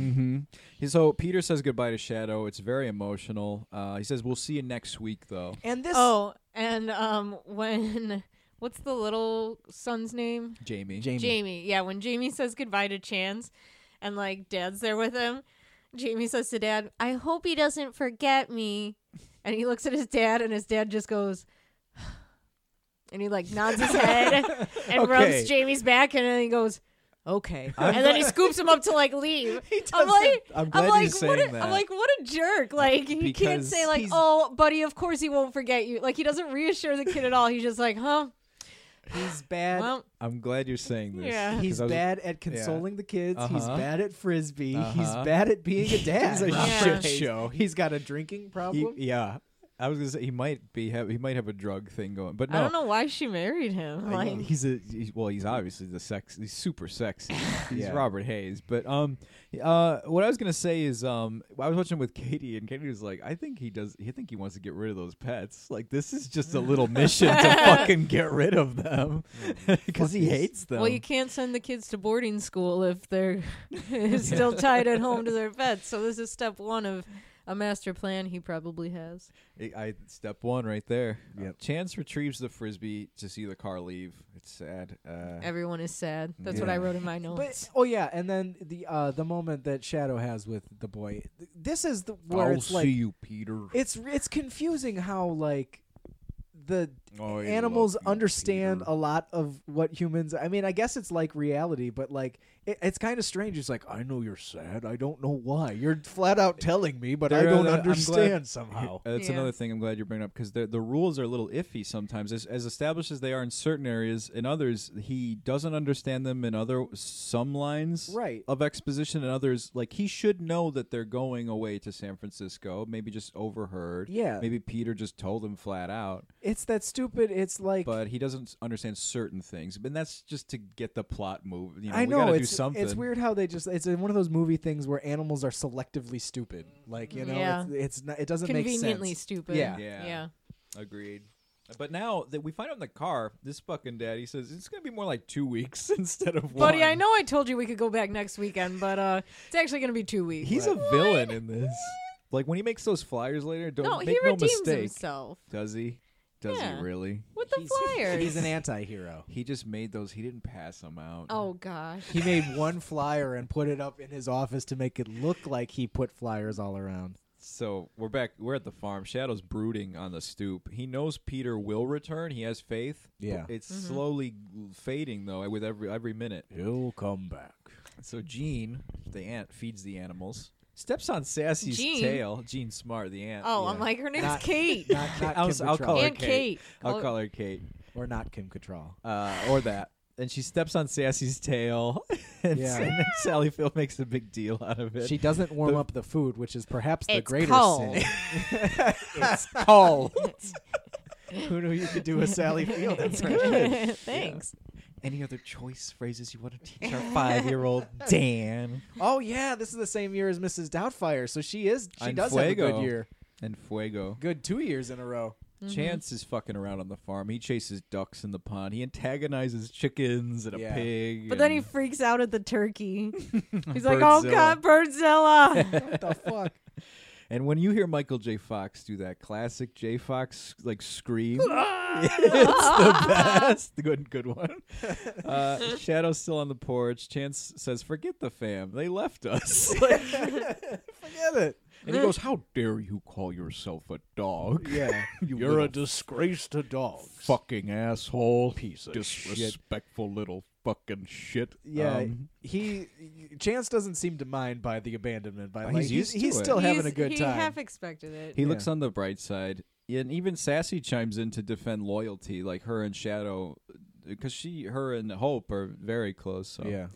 Speaker 2: Mm-hmm. So Peter says goodbye to Shadow. It's very emotional. Uh, he says, "We'll see you next week, though."
Speaker 1: And this
Speaker 3: oh, and um, when what's the little son's name?
Speaker 2: Jamie.
Speaker 1: Jamie.
Speaker 3: Jamie. Yeah, when Jamie says goodbye to Chance and like dad's there with him, Jamie says to dad, I hope he doesn't forget me. And he looks at his dad and his dad just goes and he like nods his head and
Speaker 2: Okay.
Speaker 3: rubs Jamie's back and then he goes, Okay. and then he scoops him up to like leave. I'm like
Speaker 2: I'm
Speaker 3: I'm
Speaker 2: glad you're
Speaker 3: like, what
Speaker 2: saying
Speaker 3: a,
Speaker 2: that.
Speaker 3: I'm like, what a jerk! Like, you can't
Speaker 2: Because
Speaker 3: say like,
Speaker 2: he's-
Speaker 3: "Oh, buddy, of course he won't forget you." Like, he doesn't reassure the kid at all. He's just like, "Huh?
Speaker 1: He's bad.
Speaker 3: Well, uh,
Speaker 2: I'm glad you're saying this.
Speaker 3: Yeah.
Speaker 2: 'cause
Speaker 1: He's
Speaker 2: I was-
Speaker 1: bad at consoling the kids. He's
Speaker 2: Uh-huh.
Speaker 1: bad at frisbee. He's
Speaker 2: Uh-huh.
Speaker 1: bad at being a dad.
Speaker 2: He's a
Speaker 3: Yeah.
Speaker 2: shit
Speaker 1: Hayes.
Speaker 2: show.
Speaker 1: He's got a drinking
Speaker 2: He,
Speaker 1: problem.
Speaker 2: yeah, I was gonna say he might be have, he might have a drug thing going, but no.
Speaker 3: I don't know why she married him."
Speaker 2: I
Speaker 3: Like,
Speaker 2: know. he's a he's, well, he's obviously the sex. He's super sexy. He's
Speaker 1: Yeah.
Speaker 2: Robert Hayes. But um, uh, what I was gonna say is um, I was watching with Katie, and Katie was like, I think he does. I think he wants to get rid of those pets. Like this is just a little mission to fucking get rid of them because he
Speaker 1: Fuckies.
Speaker 2: hates them.
Speaker 3: Well, you can't send the kids to boarding school if they're still tied at home to their beds. So this is step one of a master plan he probably has.
Speaker 2: I, I step one right there.
Speaker 1: Yep.
Speaker 2: Chance retrieves the frisbee to see the car leave. It's sad. Uh,
Speaker 3: Everyone is sad. That's what I
Speaker 2: Yeah.
Speaker 3: wrote in my
Speaker 1: But
Speaker 3: notes.
Speaker 1: oh yeah, and then the uh, the moment that Shadow has with the boy. Th- This is the where it's like
Speaker 2: you, Peter.
Speaker 1: it's it's confusing how like the animals understand a lot of what humans i mean i guess it's like reality but like it, it's kind of strange it's like i know you're sad i don't know why you're flat out telling me but i
Speaker 2: There are
Speaker 1: don't
Speaker 2: the- I'm glad-
Speaker 1: understand somehow
Speaker 2: That's
Speaker 3: Yeah.
Speaker 2: another thing I'm glad you're bringing up because the the rules are a little iffy sometimes. As, as established as they are in certain areas, in others he doesn't understand them. In other some lines
Speaker 1: Right.
Speaker 2: of exposition, and others like he should know that they're going away to San Francisco. Maybe just overheard.
Speaker 1: Yeah.
Speaker 2: Maybe Peter just told him flat out.
Speaker 1: it's that stupid it's like
Speaker 2: but he doesn't understand certain things. But that's just to get the plot moving. You know,
Speaker 1: I
Speaker 2: we
Speaker 1: know
Speaker 2: gotta
Speaker 1: it's
Speaker 2: do something.
Speaker 1: it's weird how they just it's one of those movie things where animals are selectively stupid. Like you know,
Speaker 3: Yeah.
Speaker 1: it's, it's not, it doesn't make sense.
Speaker 3: Conveniently stupid.
Speaker 1: Yeah.
Speaker 2: Yeah.
Speaker 3: Yeah.
Speaker 2: Agreed. But now that we find out in the car, this fucking daddy says it's gonna be more like two weeks instead of one.
Speaker 3: Buddy, I know I told you we could go back next weekend, but uh, it's actually going to be two weeks.
Speaker 2: he's a villain in this. Like when he makes those flyers later, don't
Speaker 3: no,
Speaker 2: make
Speaker 3: he
Speaker 2: no
Speaker 3: redeems
Speaker 2: mistake.
Speaker 3: himself
Speaker 2: Does he? Does
Speaker 3: Yeah.
Speaker 2: he really?
Speaker 3: with the
Speaker 1: He's-
Speaker 3: flyers.
Speaker 1: He's an anti-hero.
Speaker 2: He just made those. He didn't pass them out.
Speaker 3: oh gosh.
Speaker 1: He made one flyer and put it up in his office to make it look like he put flyers all around.
Speaker 2: So we're back. We're at the farm. Shadow's brooding on the stoop. He knows Peter will return. He has faith.
Speaker 1: Yeah.
Speaker 2: It's
Speaker 3: Mm-hmm.
Speaker 2: slowly fading though with every every minute.
Speaker 1: He'll come back.
Speaker 2: So Jean, the ant, feeds the animals. Steps on Sassy's
Speaker 3: Jean?
Speaker 2: tail. Jean Smart, the ant.
Speaker 3: Oh,
Speaker 2: yeah.
Speaker 3: I'm like her name's
Speaker 1: Not-
Speaker 3: Kate.
Speaker 1: Not, not
Speaker 2: I'll,
Speaker 1: Kim
Speaker 2: I'll
Speaker 1: Cattrall.
Speaker 2: call her
Speaker 3: And
Speaker 2: Kate.
Speaker 3: Kate. Oh.
Speaker 2: I'll
Speaker 3: Call-
Speaker 2: call her Kate,
Speaker 1: or not Kim Cattrall.
Speaker 2: uh, or that. and she steps on Sassy's tail, and,
Speaker 1: Yeah.
Speaker 2: and then Sally Field makes a big deal out of it.
Speaker 1: She doesn't warm
Speaker 2: The-
Speaker 1: up the food, which is perhaps the
Speaker 3: It's
Speaker 1: greater
Speaker 3: cold.
Speaker 1: sin. it's cold. Who knew you could do a Sally Field impression?
Speaker 3: Thanks.
Speaker 2: Any other choice phrases you want to teach our five-year-old Dan?
Speaker 1: oh yeah, this is the same year as Mrs. Doubtfire, so she is she
Speaker 2: And
Speaker 1: does have a
Speaker 2: Fuego.
Speaker 1: good year,
Speaker 2: And Fuego.
Speaker 1: good two years in a row.
Speaker 3: Mm-hmm.
Speaker 2: Chance is fucking around on the farm. He chases ducks in the pond. He antagonizes chickens and
Speaker 1: Yeah.
Speaker 2: a pig.
Speaker 3: But then he
Speaker 2: and
Speaker 3: freaks out at the turkey. He's like, "Oh God, Birdzilla!"
Speaker 1: What the fuck?
Speaker 2: And when you hear Michael J. Fox do that classic J. Fox like scream, it's the best. Good, good one. Uh, Shadow's still on the porch. Chance says, "Forget the fam. They left us." Like,
Speaker 1: Forget it.
Speaker 2: and he goes, "How dare you call yourself a dog?
Speaker 1: Yeah.
Speaker 2: you
Speaker 4: You're a
Speaker 2: little
Speaker 4: disgrace to dogs.
Speaker 2: fucking asshole,
Speaker 4: Piece of
Speaker 2: disrespectful little fucking shit."
Speaker 1: Yeah,
Speaker 2: Um,
Speaker 1: he Chance doesn't seem to mind by the abandonment. By
Speaker 2: Oh,
Speaker 1: like,
Speaker 2: he's used to
Speaker 1: he's
Speaker 2: it.
Speaker 1: still having a
Speaker 3: He's-
Speaker 1: good
Speaker 3: he
Speaker 1: time.
Speaker 3: half expected it.
Speaker 2: He
Speaker 1: Yeah.
Speaker 2: looks on the bright side, and even Sassy chimes in to defend loyalty, like her and Shadow, because she, her and Hope are very close. So.
Speaker 1: Yeah,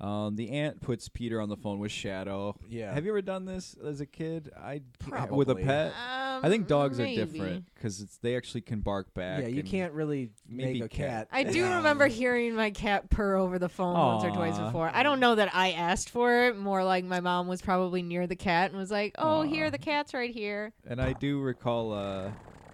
Speaker 2: Um, the aunt puts Peter on the phone with Shadow.
Speaker 1: Yeah.
Speaker 2: Have you ever done this as a kid? I with a
Speaker 1: Probably.
Speaker 2: pet.
Speaker 3: Um,
Speaker 2: I think dogs
Speaker 3: maybe.
Speaker 2: are different because they actually can bark back.
Speaker 1: yeah. You
Speaker 2: and-
Speaker 1: can't really
Speaker 2: maybe
Speaker 1: make a cat.
Speaker 2: cat.
Speaker 3: I do
Speaker 1: Yeah.
Speaker 3: remember hearing my cat purr over the phone once or twice
Speaker 2: Aw.
Speaker 3: before. I don't know that I asked for it. More like my mom was probably near the cat and was like, "Oh, here, the cat's right here."
Speaker 2: And I do recall uh,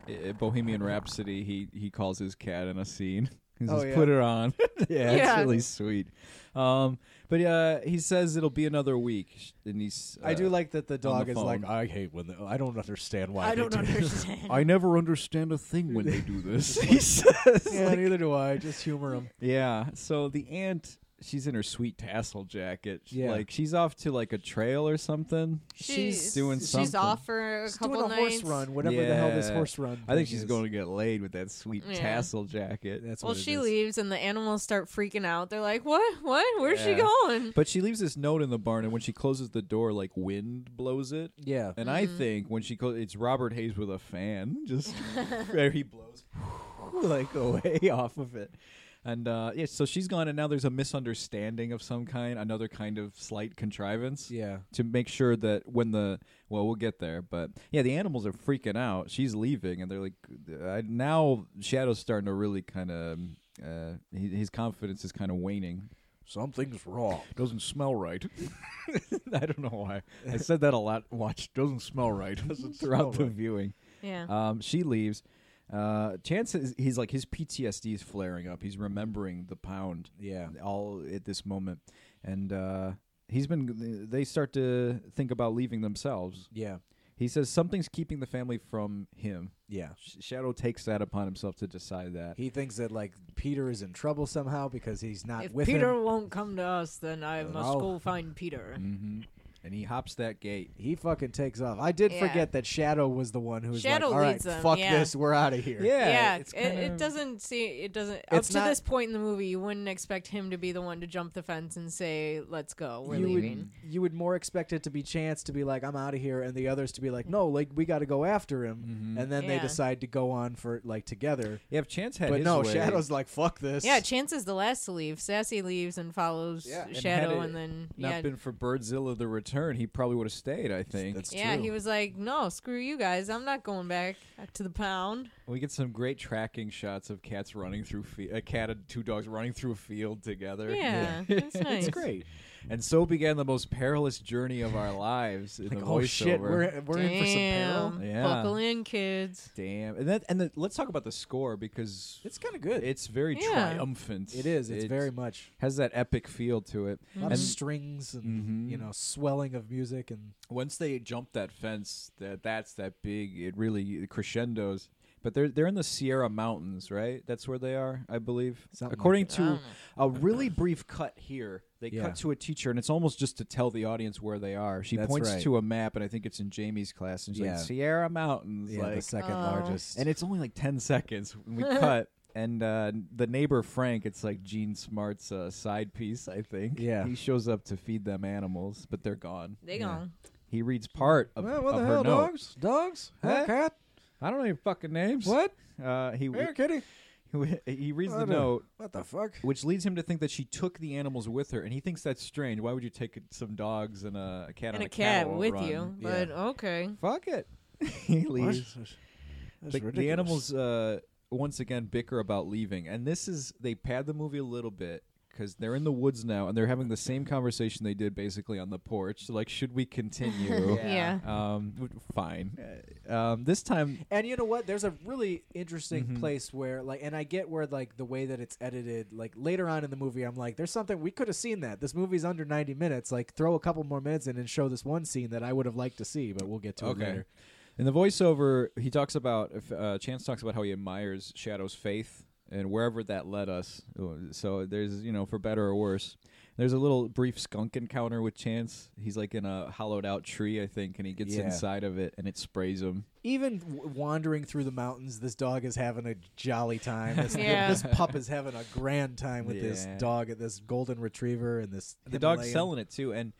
Speaker 2: i- i- Bohemian Rhapsody. He he calls his cat in a scene. He
Speaker 1: Oh,
Speaker 2: says,
Speaker 1: yeah.
Speaker 2: "Put her on." yeah,
Speaker 3: Yeah.
Speaker 2: it's really sweet. Um, but uh, he says it'll be another week, and he's.
Speaker 1: I do
Speaker 2: uh,
Speaker 1: like that the dog
Speaker 2: the
Speaker 1: is like.
Speaker 2: phone.
Speaker 4: I hate when they, I don't understand why.
Speaker 3: I
Speaker 4: they
Speaker 3: don't
Speaker 4: do this.
Speaker 3: understand.
Speaker 4: I never understand a thing when they do this.
Speaker 2: he says,
Speaker 1: Yeah, neither do I. Just humor him.
Speaker 2: Yeah. So the aunt, she's in her sweet tassel jacket.
Speaker 1: Yeah.
Speaker 2: Like she's off to like a trail or something.
Speaker 3: she's
Speaker 2: doing
Speaker 3: She's
Speaker 2: something.
Speaker 3: off for a
Speaker 1: She's
Speaker 3: couple
Speaker 1: doing a
Speaker 3: nights.
Speaker 1: horse run, whatever the hell this
Speaker 2: Yeah.
Speaker 1: horse run.
Speaker 2: I think
Speaker 1: thing
Speaker 2: she's
Speaker 1: is.
Speaker 2: going to get laid with that sweet
Speaker 3: Yeah.
Speaker 2: tassel jacket.
Speaker 1: That's
Speaker 3: well,
Speaker 1: what it
Speaker 3: she
Speaker 1: is.
Speaker 3: leaves and the animals start freaking out. They're like, "What? What? Where's she
Speaker 2: Yeah.
Speaker 3: going?"
Speaker 2: But she leaves this note in the barn, and when she closes the door, like wind blows it.
Speaker 1: Yeah.
Speaker 3: Mm-hmm.
Speaker 2: And I think when she clo- it's Robert Hayes with a fan, just where he blows like away off of it. And uh, yeah, so she's gone, and now there's a misunderstanding of some kind, another kind of slight contrivance.
Speaker 1: Yeah.
Speaker 2: to make sure that when the well we'll get there but yeah the animals are freaking out she's leaving and they're like uh, I, now shadow's starting to really kind of uh, he- his confidence is kind of waning
Speaker 4: Something's wrong. Doesn't smell right.
Speaker 2: i don't know why i said that a lot watched
Speaker 4: Doesn't smell right. Doesn't
Speaker 2: throughout the
Speaker 4: smell right.
Speaker 2: viewing
Speaker 3: Yeah.
Speaker 2: um, she leaves uh, chance is he's like his ptsd is flaring up he's remembering the pound
Speaker 1: Yeah.
Speaker 2: all at this moment and uh, he's been they start to think about leaving themselves
Speaker 1: Yeah.
Speaker 2: He says something's keeping the family from him.
Speaker 1: Yeah.
Speaker 2: Sh- Shadow takes that upon himself to decide that.
Speaker 1: He thinks that like Peter is in trouble somehow because he's not
Speaker 3: if
Speaker 1: with
Speaker 3: Peter
Speaker 1: him. Oh. Mm.
Speaker 3: won't come to us, then I
Speaker 1: Then
Speaker 3: must
Speaker 1: I'll-
Speaker 3: go find Peter.
Speaker 2: hmm And he hops that gate.
Speaker 1: He fucking takes off. I did
Speaker 3: Yeah.
Speaker 1: forget that Shadow was the one who was
Speaker 3: Shadow
Speaker 1: like, "All right,
Speaker 3: leads them,
Speaker 1: fuck
Speaker 3: yeah.
Speaker 1: this, we're out of here."
Speaker 3: Yeah,
Speaker 2: it's
Speaker 3: it,
Speaker 2: kinda-
Speaker 3: it doesn't see it doesn't up
Speaker 1: It's
Speaker 3: to
Speaker 1: not-
Speaker 3: this point in the movie. You wouldn't expect him to be the one to jump the fence and say, "Let's go, we're
Speaker 1: you would
Speaker 3: leaving."
Speaker 1: you would more expect it to be Chance to be like, "I'm out of here," and the others to be like, "No, like we got to go after him," and then they
Speaker 3: Yeah.
Speaker 1: decide to go on for like together.
Speaker 2: Yeah, if Chance had
Speaker 1: but
Speaker 2: his
Speaker 1: no,
Speaker 2: way,
Speaker 1: Shadow's like, "Fuck this."
Speaker 3: Yeah, Chance is the last to leave. Sassy leaves and follows
Speaker 1: Yeah. And
Speaker 3: Shadow,
Speaker 2: had it
Speaker 3: and, then
Speaker 2: not
Speaker 3: yeah,
Speaker 2: been for Birdzilla the return, he probably would have stayed. I think
Speaker 1: that's
Speaker 3: yeah,
Speaker 1: true.
Speaker 3: he was like, "No, screw you guys. I'm not going back to the pound."
Speaker 2: we get some great tracking shots of cats running through fe- a cat and two dogs running through a field together.
Speaker 3: Yeah, that's nice.
Speaker 1: it's great.
Speaker 2: and so began the most perilous journey of our lives in
Speaker 1: Like,
Speaker 2: the
Speaker 1: oh
Speaker 2: voiceover.
Speaker 1: shit, we're we're in for some peril.
Speaker 3: Damn,
Speaker 2: Yeah.
Speaker 3: buckle in, kids.
Speaker 2: Damn, and that and the, let's talk about the score because
Speaker 1: It's kind of good.
Speaker 2: it's very
Speaker 3: Yeah.
Speaker 2: triumphant.
Speaker 1: it is. It's
Speaker 2: It
Speaker 1: very much
Speaker 2: has that epic feel to it.
Speaker 1: a lot of
Speaker 2: And-
Speaker 1: strings and Mm-hmm. you know swelling of music and
Speaker 2: Once they jump that fence, that that's that big. It really it crescendos. But they're they're in the Sierra Mountains, right? That's where they are, I believe.
Speaker 1: Something like
Speaker 2: According
Speaker 1: that.
Speaker 2: to a really brief cut here, they
Speaker 1: Yeah.
Speaker 2: cut to a teacher, and it's almost just to tell the audience where they are. She
Speaker 1: That's
Speaker 2: points
Speaker 1: right.
Speaker 2: to a map, and I think it's in Jamie's class, and she's
Speaker 1: Yeah.
Speaker 2: like Sierra Mountains,
Speaker 1: yeah, the
Speaker 2: like
Speaker 1: second
Speaker 3: Oh.
Speaker 1: largest.
Speaker 2: and it's only like 10 seconds when we cut and uh, the neighbor frank it's like gene smart's uh, side piece i think
Speaker 1: Yeah.
Speaker 2: he shows up to feed them animals but they're gone
Speaker 3: They gone.
Speaker 2: he reads part of,
Speaker 1: Well, what
Speaker 2: of
Speaker 1: the
Speaker 2: her
Speaker 1: hell,
Speaker 2: note
Speaker 1: dogs? Dogs?
Speaker 2: Huh?
Speaker 1: Cat?
Speaker 2: i don't know your fucking names
Speaker 1: What?
Speaker 2: uh, he
Speaker 1: Here, kitty.
Speaker 2: he reads the
Speaker 1: What a-
Speaker 2: note,
Speaker 1: What the fuck?
Speaker 2: which leads him to think that she took the animals with her, and he thinks that's strange. Why would you take some dogs and a, a cat
Speaker 3: and
Speaker 2: on
Speaker 3: a cat
Speaker 2: cattle
Speaker 3: with
Speaker 2: run?
Speaker 3: you.
Speaker 1: Yeah.
Speaker 3: But okay.
Speaker 2: Fuck it. he
Speaker 1: What?
Speaker 2: leaves.
Speaker 1: That's
Speaker 2: the, the
Speaker 1: ridiculous.
Speaker 2: animals uh, once again bicker about leaving, and this is they pad the movie a little bit because they're in the woods now and they're having the same conversation they did basically on the porch. Like, should we continue?
Speaker 1: Yeah.
Speaker 3: yeah.
Speaker 2: Um, w- fine. Uh, Um, this time,
Speaker 1: And you know what? There's a really interesting
Speaker 2: Mhm.
Speaker 1: place where like and I get where like the way that it's edited, like later on in the movie I'm like, there's something we could have seen that. This movie's under ninety minutes. Like throw a couple more minutes in and show this one scene that I would have liked to see, but we'll get to
Speaker 2: Okay.
Speaker 1: it later.
Speaker 2: in the voiceover, he talks about if, uh, Chance talks about how he admires Shadow's faith and wherever that led us. Oh, So there's you know for better or worse. There's a little brief skunk encounter with Chance. He's like in a hollowed out tree, I think, and he gets
Speaker 1: Yeah.
Speaker 2: inside of it and it sprays him.
Speaker 1: Even w- wandering through the mountains, this dog is having a jolly time. This,
Speaker 3: Yeah.
Speaker 1: this pup is having a grand time with this
Speaker 2: Yeah.
Speaker 1: dog, uh, this golden retriever, and this
Speaker 2: the dog's
Speaker 1: Himalayan-
Speaker 2: selling it too and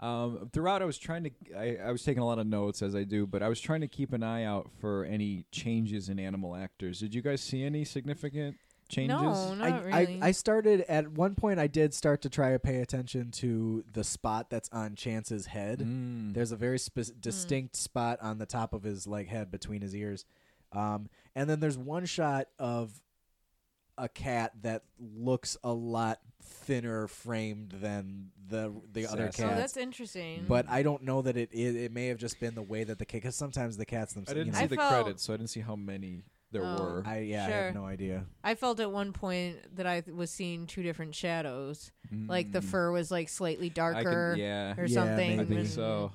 Speaker 2: um, throughout i was trying to I, I was taking a lot of notes as i do but i was trying to keep an eye out for any changes in animal actors did you guys see any significant changes
Speaker 3: No,
Speaker 1: I, I-
Speaker 3: not really.
Speaker 1: I, started at one point. I did start to try to pay attention to the spot that's on Chance's head.
Speaker 2: Mm.
Speaker 1: There's a very
Speaker 3: Hmm.
Speaker 1: spe- distinct spot on the top of his like head between his ears, um, and then there's one shot of a cat that looks a lot thinner framed than the the other
Speaker 2: Sassy.
Speaker 3: oh,
Speaker 2: cats.
Speaker 1: cats.
Speaker 3: that's interesting.
Speaker 1: but I don't know that it, it it may have just been the way that the cat because sometimes the cats
Speaker 2: i
Speaker 1: themselves.
Speaker 2: didn't
Speaker 1: you
Speaker 2: see
Speaker 1: know,
Speaker 2: the
Speaker 3: felt-
Speaker 2: credits so i didn't see how many there
Speaker 3: Oh.
Speaker 2: were
Speaker 1: I yeah, I
Speaker 3: Sure.
Speaker 1: have no idea.
Speaker 3: I felt at one point that I th- was seeing two different shadows. Like the
Speaker 2: Mm.
Speaker 3: fur was like slightly
Speaker 2: I
Speaker 3: darker
Speaker 2: can, yeah
Speaker 3: or
Speaker 1: Yeah,
Speaker 3: something.
Speaker 2: i think
Speaker 1: maybe.
Speaker 3: and-
Speaker 2: so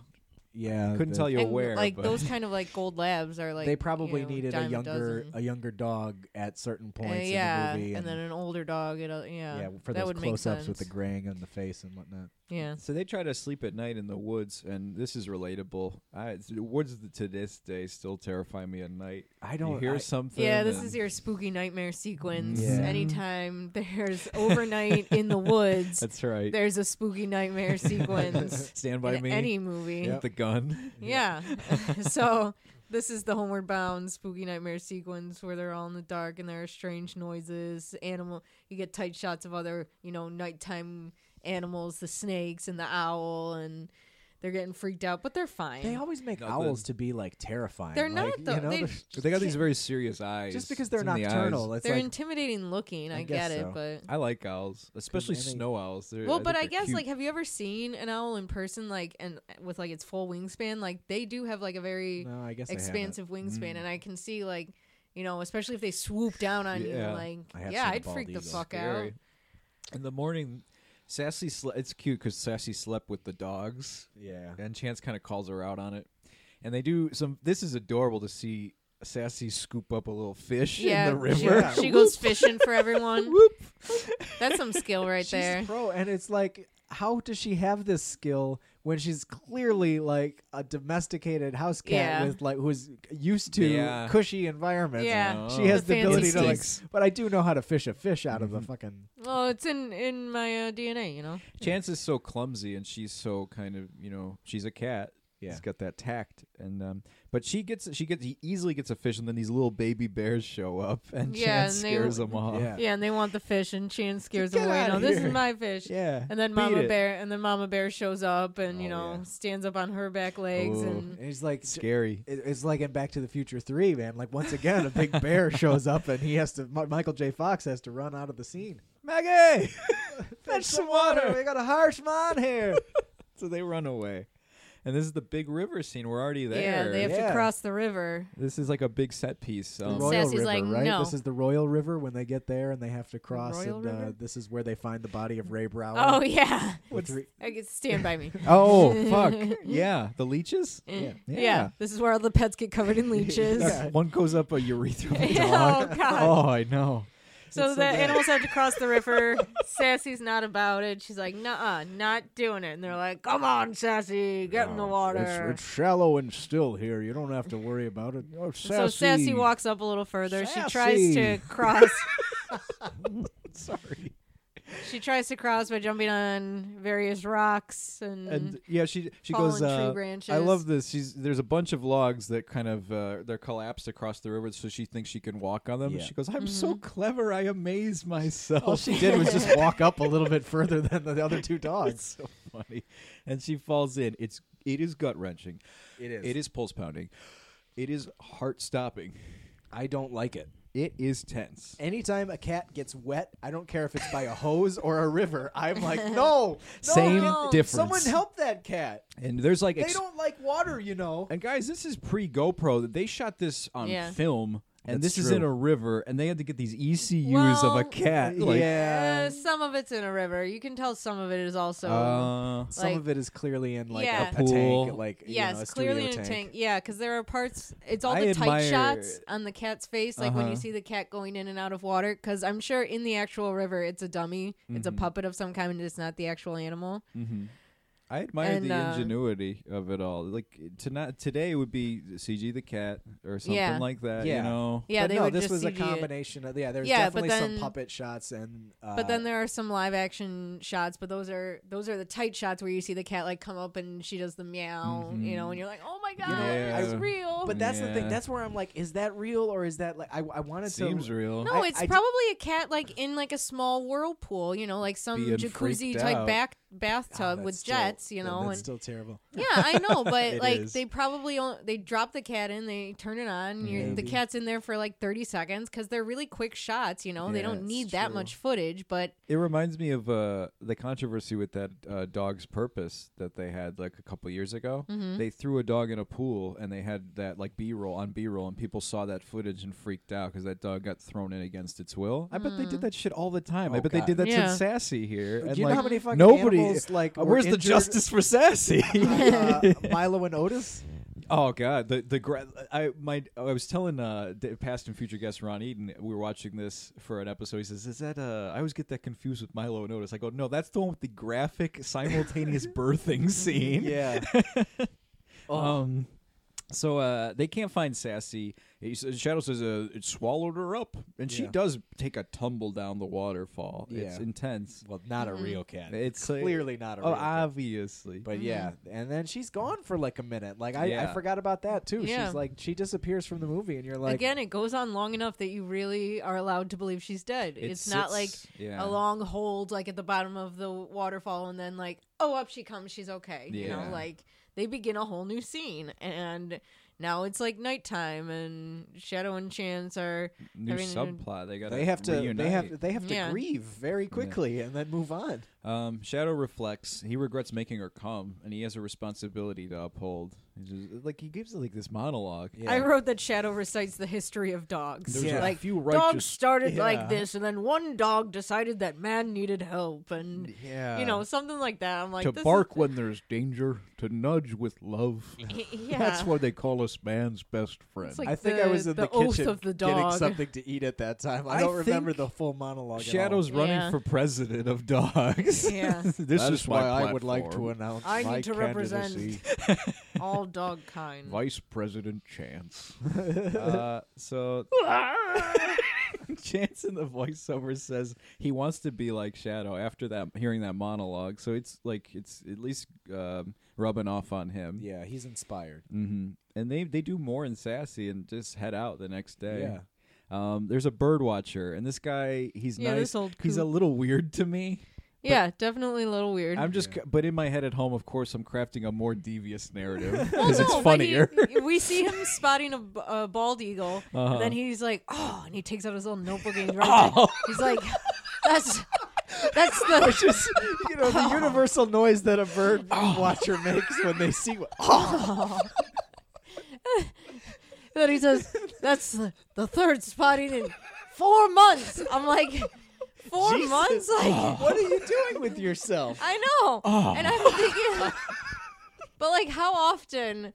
Speaker 1: Yeah,
Speaker 2: couldn't
Speaker 1: the-
Speaker 2: tell you
Speaker 3: and,
Speaker 2: where
Speaker 3: like
Speaker 2: but
Speaker 3: those kind of like gold labs are like
Speaker 1: they probably
Speaker 3: you know,
Speaker 1: needed
Speaker 3: dime
Speaker 1: a younger
Speaker 3: dozen.
Speaker 1: a younger dog at certain
Speaker 3: Uh,
Speaker 1: points in
Speaker 3: yeah,
Speaker 1: the movie,
Speaker 3: and, then an older dog. It, uh, yeah,
Speaker 1: yeah, for
Speaker 3: that
Speaker 1: those
Speaker 3: would make
Speaker 1: close-ups with the
Speaker 3: sense.
Speaker 1: graying on the face and whatnot.
Speaker 3: yeah.
Speaker 2: So they try to sleep at night in the woods, and this is relatable. I, it's- the woods to this day still terrify me at night.
Speaker 1: I
Speaker 2: You
Speaker 1: don't
Speaker 2: hear
Speaker 1: I-
Speaker 2: something.
Speaker 3: Yeah, this
Speaker 2: and-
Speaker 3: is your spooky nightmare sequence.
Speaker 1: Yeah.
Speaker 3: Anytime there's overnight in the woods,
Speaker 2: That's right.
Speaker 3: there's a spooky nightmare sequence
Speaker 2: Stand by
Speaker 3: in
Speaker 2: me.
Speaker 3: any movie.
Speaker 2: with the gun.
Speaker 3: Yeah. so this is the Homeward Bound spooky nightmare sequence where they're all in the dark and there are strange noises, animal. You get tight shots of other, you know, nighttime animals, the snakes and the owl, and they're getting freaked out, but they're fine.
Speaker 1: they always make
Speaker 2: Nothing.
Speaker 1: owls to be like terrifying.
Speaker 3: They're
Speaker 1: like,
Speaker 3: not, though.
Speaker 1: You know,
Speaker 3: They-
Speaker 1: they're-
Speaker 2: But they got these very serious eyes.
Speaker 1: just because
Speaker 2: It's
Speaker 1: they're
Speaker 2: in the eyes.
Speaker 1: nocturnal, it's
Speaker 3: they're
Speaker 1: like
Speaker 3: intimidating looking. I,
Speaker 1: guess
Speaker 3: get it,
Speaker 1: so.
Speaker 3: but
Speaker 2: I like owls, especially
Speaker 1: I think-
Speaker 2: snow owls. They're,
Speaker 3: Well,
Speaker 2: I
Speaker 3: but
Speaker 2: think
Speaker 3: I
Speaker 2: they're
Speaker 3: guess
Speaker 2: cute.
Speaker 3: like have you ever seen an owl in person like and with like its full wingspan? Like they do have like a very
Speaker 1: no, I guess I haven't.
Speaker 3: expansive wingspan
Speaker 2: Mm.
Speaker 3: and I can see like you know, especially if they swoop down on
Speaker 2: Yeah.
Speaker 3: you like
Speaker 1: I have
Speaker 3: yeah,
Speaker 1: seen a
Speaker 3: I'd
Speaker 1: bald
Speaker 3: freak the
Speaker 1: eagle.
Speaker 3: fuck
Speaker 2: Scary.
Speaker 3: out.
Speaker 2: in the morning, Sassy. Sle- it's cute because Sassy slept with the dogs,
Speaker 1: Yeah,
Speaker 2: and Chance kind of calls her out on it. And they do some. This is adorable to see Sassy scoop up a little fish
Speaker 3: Yeah,
Speaker 2: in the
Speaker 3: she-
Speaker 2: river.
Speaker 3: She, goes fishing for everyone.
Speaker 2: Whoop.
Speaker 3: That's some skill right
Speaker 1: she's
Speaker 3: there.
Speaker 1: a pro, and it's like, how does she have this skill when she's clearly like a domesticated house cat
Speaker 3: Yeah.
Speaker 1: with like who's used to
Speaker 2: Yeah.
Speaker 1: cushy environments?
Speaker 3: Yeah.
Speaker 1: She has
Speaker 3: The
Speaker 1: the,
Speaker 3: fancy
Speaker 1: ability to like,
Speaker 2: sticks.
Speaker 1: but I do know how to fish a fish out of a fucking
Speaker 3: Well, it's in in my uh, DNA, you know.
Speaker 2: Chance is so clumsy, and she's so kind of you know she's a cat.
Speaker 1: Yeah.
Speaker 2: she's got that tact, and um, but she gets she gets he easily gets a fish, and then these little baby bears show up, and
Speaker 3: Yeah,
Speaker 2: Chance
Speaker 3: and they-
Speaker 2: scares them off.
Speaker 1: Yeah.
Speaker 3: Yeah, and they want the fish and Chan scares
Speaker 2: Get
Speaker 3: them away.
Speaker 2: outta
Speaker 3: No, this
Speaker 2: here.
Speaker 3: is my fish.
Speaker 2: yeah.
Speaker 3: And then
Speaker 2: Beat
Speaker 3: Mama
Speaker 2: it.
Speaker 3: Bear and then Mama Bear shows up and you
Speaker 1: Oh,
Speaker 3: know
Speaker 1: yeah.
Speaker 3: stands up on her back legs
Speaker 2: Ooh.
Speaker 3: and
Speaker 1: And he's like,
Speaker 2: scary.
Speaker 1: it- it's like in Back to the Future Three, man. Like once again, a big bear shows up, and he has to. Mi- Michael J. Fox has to run out of the scene.
Speaker 2: Maggie,
Speaker 1: Fetch some water. We got a harsh man here.
Speaker 2: so they run away, and this is the big river scene. We're already there.
Speaker 3: Yeah, they have
Speaker 1: Yeah.
Speaker 3: to cross the river.
Speaker 2: this is like a big set piece.
Speaker 1: The
Speaker 2: Um,
Speaker 1: Royal
Speaker 3: Sassy's
Speaker 1: River,
Speaker 3: like,
Speaker 1: right?
Speaker 3: "No."
Speaker 1: This is the Royal River when they get there, and they have to cross.
Speaker 3: Royal
Speaker 1: and uh,
Speaker 3: River?
Speaker 1: this is where they find the body of Ray Brower.
Speaker 3: Oh yeah,
Speaker 1: With re-
Speaker 3: I could stand by me. Eh,
Speaker 2: oh fuck! Yeah, the leeches.
Speaker 1: yeah.
Speaker 3: Yeah. this is where all the pets get covered in leeches.
Speaker 1: Yeah.
Speaker 2: One goes up a urethra. of a
Speaker 3: Oh,
Speaker 2: dog.
Speaker 3: God.
Speaker 2: Oh, I know.
Speaker 3: So
Speaker 1: so
Speaker 3: the
Speaker 1: bad.
Speaker 3: animals have to cross the river. Sassy's not about it. She's like, "Nah, not doing it." And they're like, "Come on, Sassy, get in the water."
Speaker 4: It's, it's shallow and still here. You don't have to worry about it. Oh, sassy.
Speaker 3: so Sassy walks up a little further. She
Speaker 4: Sassy.
Speaker 3: tries to cross.
Speaker 2: Sorry.
Speaker 3: She tries to cross by jumping on various rocks and,
Speaker 1: Mm-hmm.
Speaker 2: and yeah, she she
Speaker 3: fallen
Speaker 2: goes.
Speaker 3: tree
Speaker 2: Uh,
Speaker 3: branches.
Speaker 2: I love this. She's there's a bunch of logs that kind of uh, they're collapsed across the river, so she thinks she can walk on them.
Speaker 1: Yeah.
Speaker 2: She goes, "I'm so clever. I amaze myself."
Speaker 1: All Mm-hmm. Oh, she did was just walk up a little bit further than the other two
Speaker 2: it's
Speaker 1: dogs.
Speaker 2: so funny, and she falls in. It's it is gut wrenching.
Speaker 1: It is.
Speaker 2: It is pulse pounding. It is heart stopping.
Speaker 1: I don't like it.
Speaker 2: It is tense.
Speaker 1: Anytime a cat gets wet, I don't care if it's by a hose or a river. I'm like, no, no,
Speaker 2: Same
Speaker 1: no,
Speaker 2: difference.
Speaker 1: Someone help that cat.
Speaker 2: And there's like
Speaker 1: They
Speaker 2: ex-
Speaker 1: don't like water, you know.
Speaker 2: And guys, this is pre GoPro. They shot this on
Speaker 3: Yeah.
Speaker 2: film, and
Speaker 1: That's
Speaker 2: this is
Speaker 1: true.
Speaker 2: in a river, and they had to get these ECUs of a
Speaker 3: Well,
Speaker 2: cat. Like,
Speaker 1: yeah,
Speaker 3: Uh, some of it's in a river. You can tell some of it is also.
Speaker 2: uh,
Speaker 1: some
Speaker 3: like-
Speaker 1: of it is clearly in like
Speaker 3: Yeah.
Speaker 1: a,
Speaker 2: Pool.
Speaker 1: tank, like you
Speaker 3: yes,
Speaker 1: know, a
Speaker 3: clearly in
Speaker 1: studio
Speaker 3: a
Speaker 1: tank.
Speaker 3: tank. Yeah, because there are parts. It's all
Speaker 2: I
Speaker 3: the
Speaker 2: admire-
Speaker 3: tight shots on the cat's face, like when you
Speaker 2: Uh-huh.
Speaker 3: see the cat going in and out of water. Because I'm sure in the actual river, it's a dummy. It's a
Speaker 1: Mm-hmm.
Speaker 3: puppet of some kind. and It's not the actual animal.
Speaker 2: mm-hmm. I admire
Speaker 3: And,
Speaker 2: the
Speaker 3: uh,
Speaker 2: ingenuity of it all. Like to not today would be CG the cat or something
Speaker 3: Yeah.
Speaker 2: like that.
Speaker 1: Yeah.
Speaker 2: You know,
Speaker 3: Yeah,
Speaker 1: But
Speaker 3: they
Speaker 1: no,
Speaker 3: would
Speaker 1: this was
Speaker 3: just
Speaker 1: a
Speaker 3: CG it.
Speaker 1: combination of yeah. There's
Speaker 3: Yeah, but
Speaker 1: definitely some
Speaker 3: then-
Speaker 1: puppet shots and uh,
Speaker 3: But then there are some live action shots, but those are those are the tight shots where you see the cat like come up and she does the meow, you know, and you're like, oh my god,
Speaker 1: know,
Speaker 3: it's
Speaker 2: I-
Speaker 3: real.
Speaker 1: Mm-hmm. Oh, But that's the thing.
Speaker 2: Yeah.
Speaker 1: That's where I'm like, is that real or is that like I I wanted
Speaker 2: seems
Speaker 1: to
Speaker 2: real.
Speaker 3: no,
Speaker 1: I-
Speaker 3: it's
Speaker 1: I d-
Speaker 3: probably a cat like in like a small whirlpool, you know, like some
Speaker 2: Being
Speaker 3: jacuzzi
Speaker 2: freaked
Speaker 3: type
Speaker 2: out.
Speaker 3: back
Speaker 1: Ah,
Speaker 3: bathtub
Speaker 1: that's
Speaker 3: with
Speaker 1: still-
Speaker 3: jets, you
Speaker 1: yeah,
Speaker 3: know,
Speaker 1: that's
Speaker 3: and
Speaker 1: still terrible.
Speaker 3: yeah, I know, but
Speaker 2: It
Speaker 3: like
Speaker 2: is.
Speaker 3: they probably on- they drop the cat in, they turn it on, you're, the
Speaker 1: Maybe.
Speaker 3: cat's in there for like 30 seconds because they're really quick shots, you know, they
Speaker 2: Yeah,
Speaker 3: don't
Speaker 2: it's
Speaker 3: need that
Speaker 2: true.
Speaker 3: much footage, but
Speaker 2: It reminds me of uh, the controversy with that uh, dog's purpose that they had like a couple years ago. They threw a dog in a pool and they had that like B roll on B roll, and people saw that footage and freaked out because that dog got thrown in against its will. I bet they did that shit all the time. I
Speaker 1: Oh,
Speaker 2: bet
Speaker 1: God.
Speaker 2: they did that
Speaker 3: Yeah.
Speaker 2: to Sassy here.
Speaker 1: Do
Speaker 2: and,
Speaker 1: you know
Speaker 2: like,
Speaker 1: how many fucking
Speaker 2: nobody,
Speaker 1: animals, like,
Speaker 2: uh,
Speaker 1: were
Speaker 2: where's the
Speaker 1: injured-
Speaker 2: justice for Sassy?
Speaker 1: uh, Milo and Otis.
Speaker 2: Oh God, the the gra- I my I was telling uh d- past and future guest Ron Eden we were watching this for an episode. He says, "Is that uh I always get that confused with Milo and Otis." I go, "No, that's the one with the graphic simultaneous birthing scene."
Speaker 1: Yeah. Oh.
Speaker 2: Um. So uh, they can't find Sassy. He s- Shadow says uh, it swallowed her up, and she
Speaker 1: Yeah.
Speaker 2: does take a tumble down the waterfall. It's
Speaker 1: Yeah.
Speaker 2: intense.
Speaker 1: well, not a real cat.
Speaker 2: It's uh,
Speaker 1: Clearly not a
Speaker 2: oh,
Speaker 1: real cat.
Speaker 2: obviously.
Speaker 3: Mm-hmm.
Speaker 1: But yeah, and then she's gone for like a minute. Like I, I
Speaker 2: Yeah.
Speaker 1: forgot about that too.
Speaker 3: Yeah.
Speaker 1: She's like she disappears from the movie, and you're like,
Speaker 3: again, it goes on long enough that you really are allowed to believe she's dead.
Speaker 2: It
Speaker 3: It's not like
Speaker 2: sits- yeah.
Speaker 3: a long hold, like at the bottom of the waterfall, and then like, oh, up she comes, she's okay. You
Speaker 2: Yeah.
Speaker 3: know, like they begin a whole new scene, and now it's like nighttime, and Shadow and Chance are
Speaker 2: New
Speaker 3: having a-
Speaker 2: subplot. They got
Speaker 1: they have to, they have, they have to
Speaker 3: Yeah.
Speaker 1: grieve very quickly and then move on.
Speaker 2: Um, Shadow reflects. He regrets making her come, and he has a responsibility to uphold. He's just, like he gives like this monologue.
Speaker 1: Yeah.
Speaker 3: I wrote that Shadow recites the history of dogs.
Speaker 2: There's
Speaker 1: Yeah.
Speaker 2: a
Speaker 3: Like
Speaker 2: few righteous.
Speaker 3: dogs started
Speaker 1: Yeah.
Speaker 3: like this, and then one dog decided that man needed help, and
Speaker 2: yeah,
Speaker 3: you know something like that. I'm like
Speaker 4: to
Speaker 3: this is-
Speaker 4: bark when there's danger, to nudge with love.
Speaker 3: yeah.
Speaker 4: That's why they call us man's best friend.
Speaker 3: It's like-
Speaker 1: I think I
Speaker 3: the-
Speaker 1: was in the,
Speaker 3: the oath
Speaker 1: kitchen
Speaker 3: of the
Speaker 1: getting
Speaker 3: dog.
Speaker 1: something to eat at that time. I,
Speaker 2: I
Speaker 1: don't remember
Speaker 2: think
Speaker 1: the full monologue. at all.
Speaker 2: Shadow's running
Speaker 3: Yeah.
Speaker 2: for president of dogs.
Speaker 3: Yeah.
Speaker 4: this
Speaker 2: That
Speaker 4: is,
Speaker 2: is my
Speaker 4: why I would like to
Speaker 2: platform.
Speaker 4: announce
Speaker 3: I
Speaker 4: my
Speaker 3: need to represent
Speaker 4: candidacy,
Speaker 3: all dog kind.
Speaker 4: Vice President Chance.
Speaker 2: uh, so Chance in the voiceover says he wants to be like Shadow after that hearing that monologue. So it's like it's at least um, rubbing off on him.
Speaker 1: yeah, he's inspired.
Speaker 2: hmm And they they do more in Sassy and just head out the next day.
Speaker 1: Yeah.
Speaker 2: Um, there's a bird watcher, and this guy, he's
Speaker 3: Yeah,
Speaker 2: nice.
Speaker 3: this old
Speaker 2: he's a
Speaker 3: coot.
Speaker 2: little weird to me.
Speaker 3: yeah, definitely a little weird.
Speaker 2: I'm just, but in my head at home, of course, I'm crafting a more devious narrative
Speaker 3: Well,
Speaker 2: because
Speaker 3: Oh, no,
Speaker 2: it's
Speaker 3: but
Speaker 2: funnier. Uh-huh.
Speaker 3: he- we see him spotting a, b- a bald eagle, and then he's like, "Oh!" and he takes out his little notebook and he writes
Speaker 2: Oh.
Speaker 3: it. he's like, "That's that's the."
Speaker 1: Just you know the universal noise that a bird watcher makes when they see. Oh,
Speaker 3: Then he says, "That's the, the third spotting in four months." I'm like, four
Speaker 1: Jesus.
Speaker 3: months? Like,
Speaker 1: what are you doing with yourself?
Speaker 3: I know, and I'm thinking, but like, how often?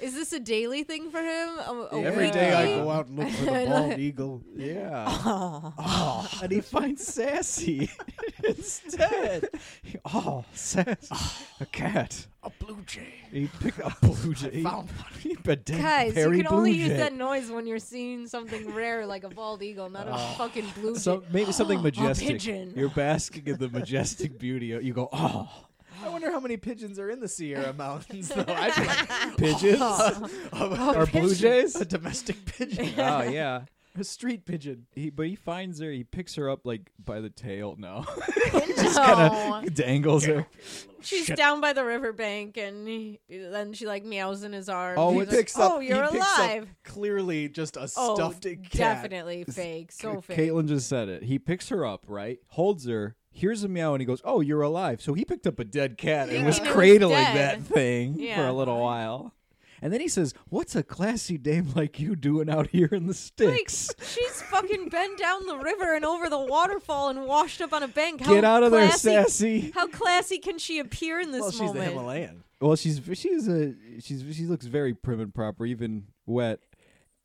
Speaker 3: Is this a daily thing for him? A, a
Speaker 1: Every
Speaker 4: Every
Speaker 3: weekly?
Speaker 4: day I
Speaker 1: Yeah.
Speaker 4: go out and look for the
Speaker 3: uh,
Speaker 4: bald eagle.
Speaker 2: Yeah. Oh, and he finds Sassy instead. Oh, Sassy. A cat.
Speaker 4: A blue jay.
Speaker 2: He picked up blue jay.
Speaker 4: found
Speaker 3: Guys, you can only use that noise when you're seeing something rare like a bald eagle, not a fucking blue jay.
Speaker 2: So maybe something majestic.
Speaker 3: Oh, pigeon.
Speaker 2: You're basking in the majestic beauty. Of, you go, oh,
Speaker 1: I wonder how many pigeons are in the Sierra Mountains, though. I'd be like,
Speaker 2: pigeons or blue
Speaker 3: oh, pigeon.
Speaker 2: jays?
Speaker 1: a domestic pigeon,
Speaker 2: oh yeah.
Speaker 1: a street pigeon.
Speaker 2: He, but he finds her. He picks her up like by the tail. No,
Speaker 3: No.
Speaker 2: dangles her.
Speaker 3: She's down by the riverbank, and he, then she like meows in his arms.
Speaker 2: Oh,
Speaker 3: He's
Speaker 1: he
Speaker 2: it's-
Speaker 3: like,
Speaker 1: picks up.
Speaker 3: Oh, you're
Speaker 1: he picks up
Speaker 3: alive.
Speaker 1: clearly, just a
Speaker 3: oh,
Speaker 1: stuffed cat.
Speaker 3: definitely fake. So
Speaker 2: K-
Speaker 3: fake.
Speaker 2: Caitlin just said it. He picks her up, right? Holds her, hears a meow, and he goes, "Oh, you're alive!" So he picked up a dead cat and
Speaker 3: Yeah.
Speaker 2: was
Speaker 3: He knew it was
Speaker 2: cradling
Speaker 3: dead.
Speaker 2: that thing for
Speaker 3: Yeah.
Speaker 2: a little while. And then he says, "What's a classy dame like you doing out here in the sticks?
Speaker 3: She's fucking been down the river and over the waterfall and washed up on a bank. How
Speaker 2: Get out of there,
Speaker 3: classy-
Speaker 2: sassy!"
Speaker 3: How classy can she appear in this
Speaker 1: Well, she's
Speaker 3: moment?
Speaker 1: the Himalayan.
Speaker 2: Well, she's she's a she's she looks very prim and proper, even wet.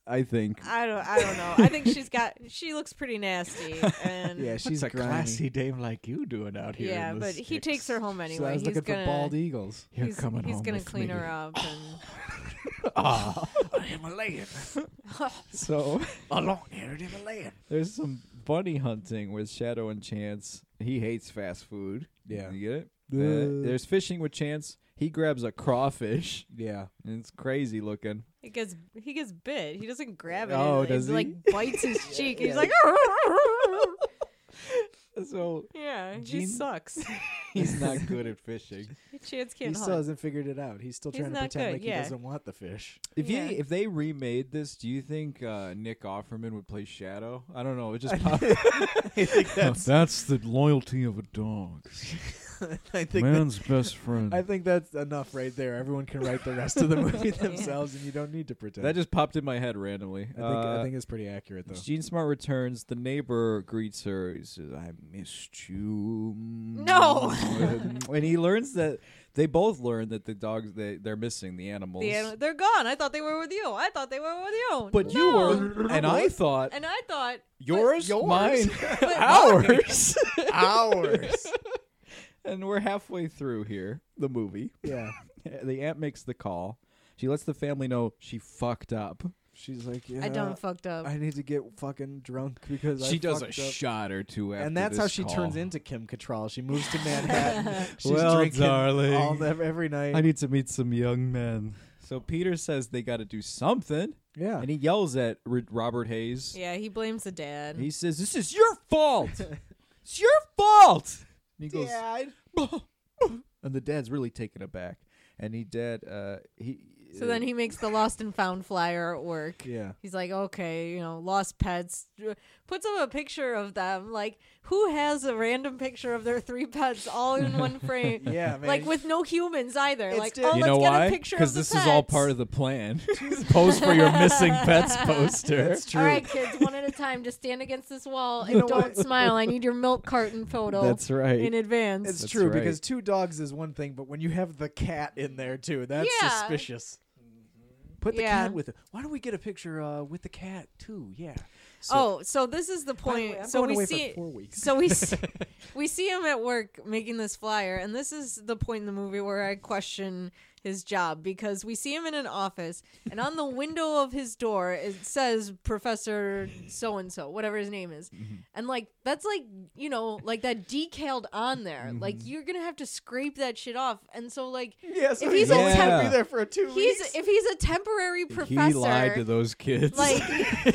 Speaker 2: I think.
Speaker 3: I don't. I don't know. I think she's got. She looks pretty nasty. And
Speaker 1: Yeah, she's
Speaker 2: What's a
Speaker 1: grimy.
Speaker 2: classy dame like you doing out here? in
Speaker 3: yeah,
Speaker 2: the
Speaker 3: but he takes her
Speaker 2: sticks?
Speaker 3: home anyway.
Speaker 1: So I was
Speaker 3: he's
Speaker 1: looking for
Speaker 3: gonna.
Speaker 1: bald eagles.
Speaker 2: You're
Speaker 3: he's
Speaker 2: coming
Speaker 3: he's
Speaker 2: home
Speaker 3: gonna
Speaker 2: with
Speaker 3: clean
Speaker 2: me.
Speaker 3: her up. And
Speaker 4: A Himalayan.
Speaker 2: So.
Speaker 4: A long-haired Himalayan.
Speaker 2: There's some bunny hunting with Shadow and Chance. He hates fast food.
Speaker 1: Yeah.
Speaker 2: You get it?
Speaker 1: Uh,
Speaker 2: Uh, there's fishing with Chance. He grabs a crawfish.
Speaker 1: Yeah,
Speaker 2: And it's crazy looking.
Speaker 3: he gets he gets bit. He doesn't grab it.
Speaker 2: Oh,
Speaker 3: it,
Speaker 2: does
Speaker 3: it, like
Speaker 2: he?
Speaker 3: bites his cheek.
Speaker 2: yeah.
Speaker 3: He's like,
Speaker 2: So
Speaker 3: yeah, he
Speaker 2: Gene-
Speaker 3: sucks.
Speaker 2: he's not good at fishing.
Speaker 3: Chance
Speaker 1: he
Speaker 3: can't
Speaker 1: still
Speaker 3: hunt.
Speaker 1: hasn't figured it out. He's still
Speaker 3: He's
Speaker 1: trying to
Speaker 3: not
Speaker 1: pretend
Speaker 3: good,
Speaker 1: like
Speaker 3: yeah.
Speaker 1: he doesn't want the fish.
Speaker 2: If
Speaker 3: Yeah.
Speaker 2: you if they remade this, do you think uh, Nick Offerman would play Shadow? I don't know. It just
Speaker 1: I think that's.
Speaker 4: That's the loyalty of a dog.
Speaker 1: I think
Speaker 4: Man's best friend.
Speaker 1: I think that's enough right there. Everyone can write the rest of the movie themselves, and you don't need to pretend.
Speaker 2: that just popped in my head randomly. Uh,
Speaker 1: I think I think it's pretty accurate though.
Speaker 2: Gene Smart returns. The neighbor greets her. He says, "I missed you."
Speaker 3: No.
Speaker 2: and he learns that they both learn that the dogs they they're missing the animals.
Speaker 3: The anim- they're gone. I thought they were with you. I thought they were with you.
Speaker 2: but you
Speaker 3: No.
Speaker 2: were, and I thought
Speaker 3: And I thought
Speaker 2: yours,
Speaker 1: yours.
Speaker 2: mine,
Speaker 3: But-
Speaker 2: ours.
Speaker 1: Hours.
Speaker 2: and we're halfway through here. The movie.
Speaker 1: yeah.
Speaker 2: The aunt makes the call. She lets the family know she fucked up.
Speaker 1: She's like, yeah,
Speaker 3: I done fucked up.
Speaker 1: I need to get fucking drunk because I
Speaker 2: She does a
Speaker 1: fucked up.
Speaker 2: shot or two after
Speaker 1: and that's how
Speaker 2: this
Speaker 1: she
Speaker 2: call.
Speaker 1: turns into Kim Cattrall. She moves to Manhattan. She's
Speaker 2: Well,
Speaker 1: drinking
Speaker 2: darling.
Speaker 1: all the, every night.
Speaker 2: I need to meet some young men. So Peter says they got to do something.
Speaker 1: yeah,
Speaker 2: And he yells at R- Robert Hayes.
Speaker 3: yeah, he blames the dad.
Speaker 2: He says, "This is your fault. it's your fault." And he goes,
Speaker 1: Dad.
Speaker 2: and the dad's really taken aback. And he dad, uh, he.
Speaker 3: so then he makes the lost and found flyer at work.
Speaker 1: Yeah.
Speaker 3: He's like, okay, you know, lost pets. Puts up a picture of them. Like, who has a random picture of their three pets all in one frame?
Speaker 1: Yeah, man.
Speaker 3: Like with no humans either.
Speaker 1: It's
Speaker 3: Like,
Speaker 1: di-
Speaker 3: oh,
Speaker 2: you
Speaker 3: let's
Speaker 2: know
Speaker 3: get
Speaker 2: why?
Speaker 3: a picture of the
Speaker 2: this is all
Speaker 3: pets.
Speaker 2: part of the plan. Post for your missing pets poster.
Speaker 1: That's true.
Speaker 3: All right, kids, one at a time. Just stand against this wall and
Speaker 1: know
Speaker 3: don't
Speaker 1: what?
Speaker 3: smile. I need your milk carton photo
Speaker 2: That's right.
Speaker 3: in advance.
Speaker 1: It's
Speaker 2: That's
Speaker 1: true
Speaker 2: right.
Speaker 1: because two dogs is one thing, but when you have the cat in there too, that's
Speaker 3: Yeah.
Speaker 1: suspicious. Put the
Speaker 3: Yeah.
Speaker 1: cat with it. Why don't we get a picture uh, with the cat too? Yeah.
Speaker 3: oh, so this is the
Speaker 1: By the
Speaker 3: point.
Speaker 1: way, I'm
Speaker 3: so
Speaker 1: going
Speaker 3: we
Speaker 1: away
Speaker 3: see
Speaker 1: for four weeks.
Speaker 3: So we see, we see him at work making this flyer, and this is the point in the movie where I question his job because we see him in an office, and on the window of his door it says Professor So and So, whatever his name is,
Speaker 2: Mm-hmm.
Speaker 3: and like that's like you know like that decaled on there.
Speaker 2: Mm-hmm.
Speaker 3: Like you're gonna have to scrape that shit off, and so like
Speaker 1: yeah, so
Speaker 3: If
Speaker 1: he's
Speaker 3: he's a
Speaker 1: only gonna
Speaker 2: temp-
Speaker 1: be there for two
Speaker 3: he's
Speaker 1: weeks.
Speaker 3: if he's a temporary professor,
Speaker 2: He lied to those kids.
Speaker 3: like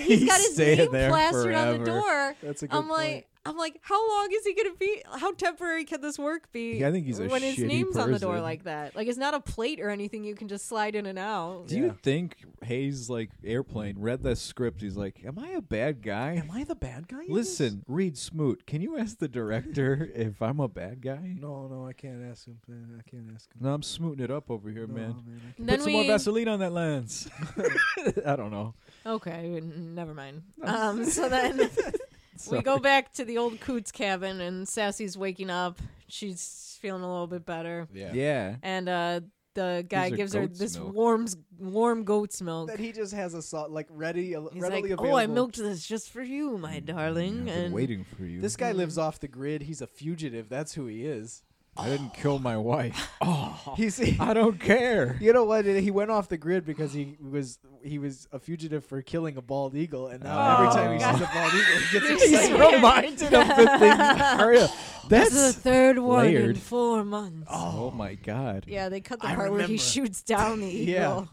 Speaker 3: he's got his
Speaker 2: staying
Speaker 3: name
Speaker 2: there
Speaker 3: plastered on
Speaker 2: forever.
Speaker 3: the door.
Speaker 1: That's a good
Speaker 3: I'm like,
Speaker 1: point.
Speaker 3: I'm like, how long is he gonna be? How temporary can this work be?
Speaker 2: Yeah, I think he's a
Speaker 3: when his
Speaker 2: shitty
Speaker 3: name's on the door
Speaker 2: person.
Speaker 3: like that. Like it's not a plate or anything you can just slide in and out.
Speaker 2: Do
Speaker 1: Yeah.
Speaker 2: you think Hayes, like airplane, read the script? He's like, "Am I a bad guy?
Speaker 1: Am I the bad guy? in this?
Speaker 2: Listen, Reed Smoot, can you ask the director if I'm a bad guy?
Speaker 1: No, no, I can't ask him. Uh, I can't ask him.
Speaker 2: No, I'm smooting it up over here,
Speaker 1: No,
Speaker 2: man.
Speaker 1: man, I
Speaker 3: And
Speaker 2: Put
Speaker 3: then
Speaker 2: some
Speaker 3: we
Speaker 2: more Vaseline on that lens. I don't know.
Speaker 3: okay, n- never mind. Um, so then we go back to the old Coots cabin, and Sassy's waking up. She's feeling a little bit better,
Speaker 2: Yeah.
Speaker 1: can't.
Speaker 2: yeah.
Speaker 3: and uh, the guy
Speaker 2: These are
Speaker 3: gives her
Speaker 2: goat's
Speaker 3: this
Speaker 2: milk.
Speaker 3: warm warm goat's milk.
Speaker 1: That he just has a salt like ready, uh,
Speaker 3: He's
Speaker 1: readily
Speaker 3: like,
Speaker 1: available.
Speaker 3: "Oh, I milked this just for you, my darling."
Speaker 2: Mm, I've been
Speaker 3: and
Speaker 2: waiting for you.
Speaker 1: This guy lives off the grid. He's a fugitive. That's who he is.
Speaker 2: I didn't kill my wife. Oh,
Speaker 1: He's
Speaker 2: I don't care.
Speaker 1: You know what? He went off the grid because he was he was a fugitive for killing a bald eagle, and now every
Speaker 2: Oh,
Speaker 1: time he
Speaker 2: God.
Speaker 1: sees a bald eagle, he gets
Speaker 3: He's
Speaker 1: excited.
Speaker 3: reminded of the thing.
Speaker 2: Hurry up.
Speaker 3: This is the third one in
Speaker 2: layered.
Speaker 3: four months.
Speaker 2: Oh my god.
Speaker 3: Yeah, they cut the
Speaker 1: I
Speaker 3: part where he
Speaker 1: remember.
Speaker 3: shoots down the
Speaker 1: Yeah.
Speaker 3: eagle.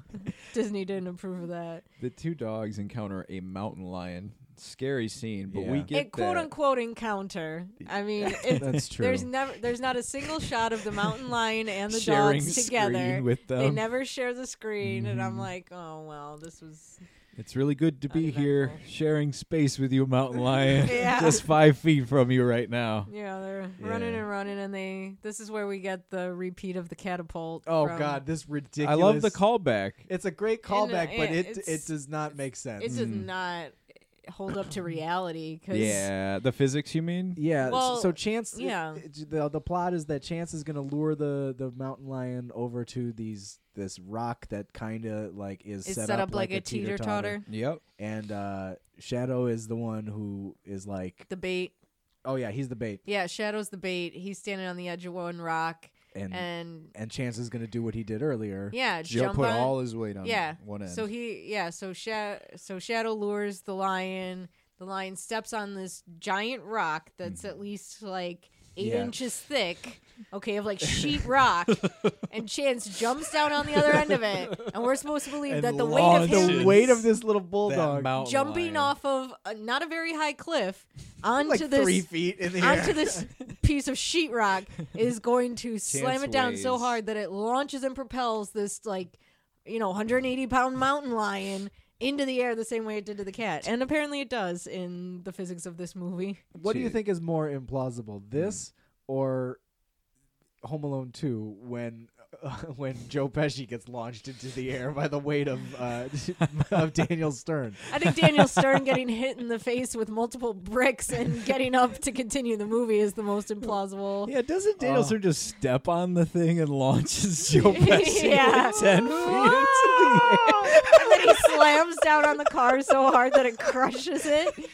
Speaker 3: Disney didn't approve of that.
Speaker 2: The two dogs encounter a mountain lion. Scary scene, but we
Speaker 1: Yeah.
Speaker 2: get
Speaker 3: a quote
Speaker 2: that.
Speaker 3: unquote encounter. I mean, it,
Speaker 4: That's true.
Speaker 3: there's never there's not a single shot of the mountain lion and the
Speaker 2: sharing
Speaker 3: dogs
Speaker 2: screen
Speaker 3: together.
Speaker 2: with
Speaker 3: They
Speaker 2: them.
Speaker 3: never share the screen, and I'm like, oh well, this was
Speaker 2: it's really good to be here,
Speaker 3: Uneventful.
Speaker 2: sharing space with you, mountain lion.
Speaker 3: Yeah.
Speaker 2: Just five feet from you right now.
Speaker 3: you know they're running
Speaker 2: Yeah.
Speaker 3: and running, and they this is where we get the repeat of the catapult.
Speaker 1: Oh
Speaker 3: from-
Speaker 1: God, this ridiculous.
Speaker 2: I love the callback.
Speaker 1: It's a great callback, but
Speaker 3: it-
Speaker 1: it it
Speaker 3: it's-
Speaker 1: does not make sense.
Speaker 3: it does not hold up to reality. Cause
Speaker 2: Yeah, the physics you mean?
Speaker 1: yeah. s-
Speaker 3: Well,
Speaker 1: so Chance. it-
Speaker 3: yeah.
Speaker 1: it- the the plot is that Chance is going to lure the the mountain lion over to these this rock that kind of like is
Speaker 3: it's set, up, like, a teeter totter.
Speaker 2: Yep.
Speaker 1: and uh, Shadow is the one who is like,
Speaker 3: The bait,
Speaker 1: oh yeah, he's the bait,
Speaker 3: yeah, Shadow's the bait. He's standing on the edge of one rock,
Speaker 1: and and,
Speaker 3: and
Speaker 1: Chance is going to do what he did earlier.
Speaker 3: yeah,
Speaker 2: Joe
Speaker 3: jump
Speaker 2: put
Speaker 3: on,
Speaker 2: all his weight on
Speaker 3: yeah.
Speaker 2: one end.
Speaker 3: So he yeah, so Sha- so Shadow lures the lion. The lion steps on this giant rock that's at least like eight
Speaker 1: Yeah.
Speaker 3: inches thick. Okay, of like sheet rock, and Chance jumps down on the other end of it, and we're supposed to believe
Speaker 2: And
Speaker 3: that the weight of
Speaker 2: launches
Speaker 1: The
Speaker 3: him
Speaker 1: weight of this little bulldog,
Speaker 2: that mountain
Speaker 3: jumping
Speaker 2: lion.
Speaker 3: off of a, not a very high cliff onto
Speaker 1: like
Speaker 3: this
Speaker 1: three feet in the air.
Speaker 3: onto this piece of sheetrock is going to slam it down so
Speaker 2: weighs-
Speaker 3: hard that it launches and propels this like you know 180 pound mountain lion into the air the same way it did to the cat and apparently it does in the physics of this movie
Speaker 1: What do you
Speaker 2: Dude.
Speaker 1: think is more implausible, this or Home Alone Two, when when Joe Pesci gets launched into the air by the weight of uh, of Daniel Stern?
Speaker 3: i think daniel stern getting hit in the face with multiple bricks and getting up to continue the movie is the most implausible
Speaker 2: Yeah, doesn't Daniel
Speaker 4: Oh.
Speaker 2: Stern just step on the thing and launches Joe Pesci
Speaker 3: Yeah.
Speaker 2: at ten feet into the air?
Speaker 3: and then he slams down on the car so hard that it crushes it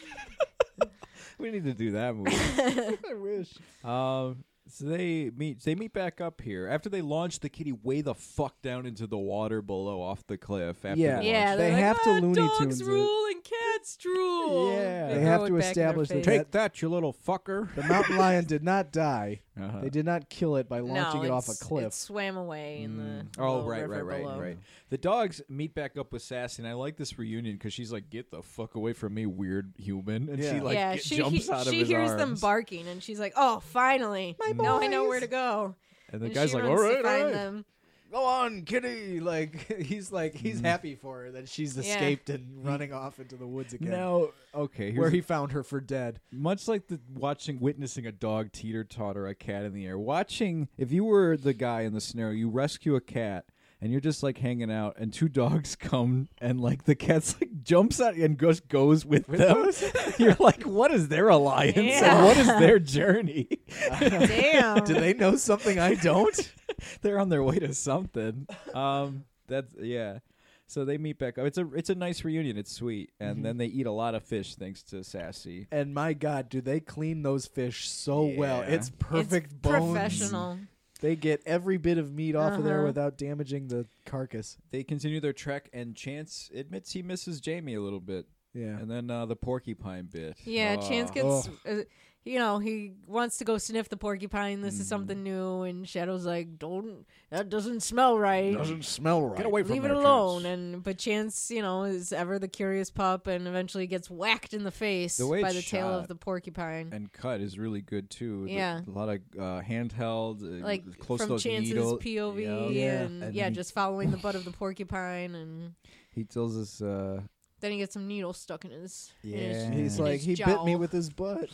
Speaker 2: We need to do that movie.
Speaker 1: I wish.
Speaker 2: um, so they meet. They meet back up here after they launch the kitty way the fuck down into the water below off the cliff. After
Speaker 1: Yeah.
Speaker 2: the
Speaker 3: Yeah,
Speaker 2: launch.
Speaker 1: They
Speaker 3: they're like,
Speaker 1: have to
Speaker 3: "Ah,
Speaker 1: Looney
Speaker 3: dogs
Speaker 1: Tunes it."
Speaker 3: rule and cats drool.
Speaker 2: Yeah.
Speaker 1: They
Speaker 3: throw
Speaker 1: have to
Speaker 3: it back in their
Speaker 1: establish that
Speaker 3: face.
Speaker 1: Take-
Speaker 2: Take that, you little fucker.
Speaker 1: The mountain lion did not die.
Speaker 2: Uh-huh.
Speaker 1: They did not kill it by launching
Speaker 3: no,
Speaker 1: it off a
Speaker 3: it's- It
Speaker 1: cliff.
Speaker 3: swam away in the.
Speaker 2: Oh
Speaker 3: little
Speaker 2: right,
Speaker 3: river
Speaker 2: right, right,
Speaker 3: below.
Speaker 2: right. The dogs meet back up with Sassy, and I like this reunion because she's like, "Get the fuck away from me, weird human!" And she
Speaker 1: Yeah.
Speaker 2: like
Speaker 3: yeah,
Speaker 2: get-
Speaker 3: she
Speaker 2: jumps
Speaker 3: he-
Speaker 2: out of
Speaker 3: she
Speaker 2: his
Speaker 3: hears them
Speaker 2: arms.
Speaker 3: barking, and she's like, "Oh, finally! now I know where to go."
Speaker 2: and the
Speaker 3: and
Speaker 2: guy's
Speaker 3: she
Speaker 2: like, "All
Speaker 3: runs to
Speaker 2: right, all
Speaker 3: find
Speaker 2: right."
Speaker 3: them.
Speaker 1: Go on, kitty! Like he's like he's happy for her that she's
Speaker 3: Yeah.
Speaker 1: escaped and running off into the woods again.
Speaker 2: Now, okay, here's
Speaker 1: where
Speaker 2: the
Speaker 1: he found her for dead.
Speaker 2: much like the watching witnessing a dog teeter totter a cat in the air watching if you were the guy in the scenario you rescue a cat and you're just like hanging out and two dogs come and like the cat's like jumps out and just goes with, them you're like what is their alliance
Speaker 3: Yeah.
Speaker 2: and what is their journey
Speaker 3: Damn.
Speaker 1: Do they know something I don't?
Speaker 2: they're on their way to something um that's yeah so they meet back up it's a it's a nice reunion it's sweet and then they eat a lot of fish thanks to sassy
Speaker 1: and my God, do they clean those fish so well?
Speaker 2: Yeah.
Speaker 1: It's perfect
Speaker 3: it's
Speaker 1: bones.
Speaker 3: professional.
Speaker 1: They get every bit of meat off of there
Speaker 3: Uh-huh.
Speaker 1: without damaging the carcass.
Speaker 2: they continue their trek, and Chance admits he misses Jamie a little bit.
Speaker 1: Yeah.
Speaker 2: And then uh, the porcupine bit.
Speaker 3: Yeah,
Speaker 2: Oh.
Speaker 3: Chance gets. Uh, you know, he wants to go sniff the porcupine. This is
Speaker 2: Mhm.
Speaker 3: something new, and Shadow's like, "Don't. That doesn't smell right."
Speaker 4: smell right.
Speaker 2: Get away from
Speaker 3: leave it
Speaker 2: there,
Speaker 3: alone
Speaker 2: Chance.
Speaker 3: and but chance you know is ever the curious pup and eventually gets whacked in the face
Speaker 2: The way
Speaker 3: by
Speaker 2: it's
Speaker 3: the tail of
Speaker 2: shot
Speaker 3: the porcupine
Speaker 2: And cut is really good too. The-
Speaker 3: Yeah.
Speaker 2: a lot of uh, handheld, uh,
Speaker 3: like
Speaker 2: close to
Speaker 3: from
Speaker 2: those
Speaker 3: chance's
Speaker 2: needle.
Speaker 3: pov
Speaker 2: Yep.
Speaker 1: Yeah.
Speaker 3: and,
Speaker 2: And
Speaker 3: yeah
Speaker 2: he-
Speaker 3: just following the butt of the porcupine and
Speaker 2: He tells us, uh,
Speaker 3: then he gets some needles stuck in his in his-
Speaker 2: yeah.
Speaker 1: He's
Speaker 3: And
Speaker 1: like,
Speaker 3: his
Speaker 1: he bit me
Speaker 3: jowl.
Speaker 1: with his butt.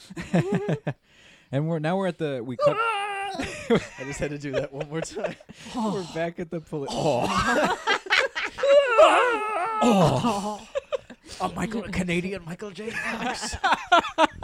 Speaker 2: and we're now we're at the we cut.
Speaker 1: I just had to do that one more time.
Speaker 2: we're back at the police. Oh.
Speaker 1: Oh, Michael, Canadian Michael J. Fox.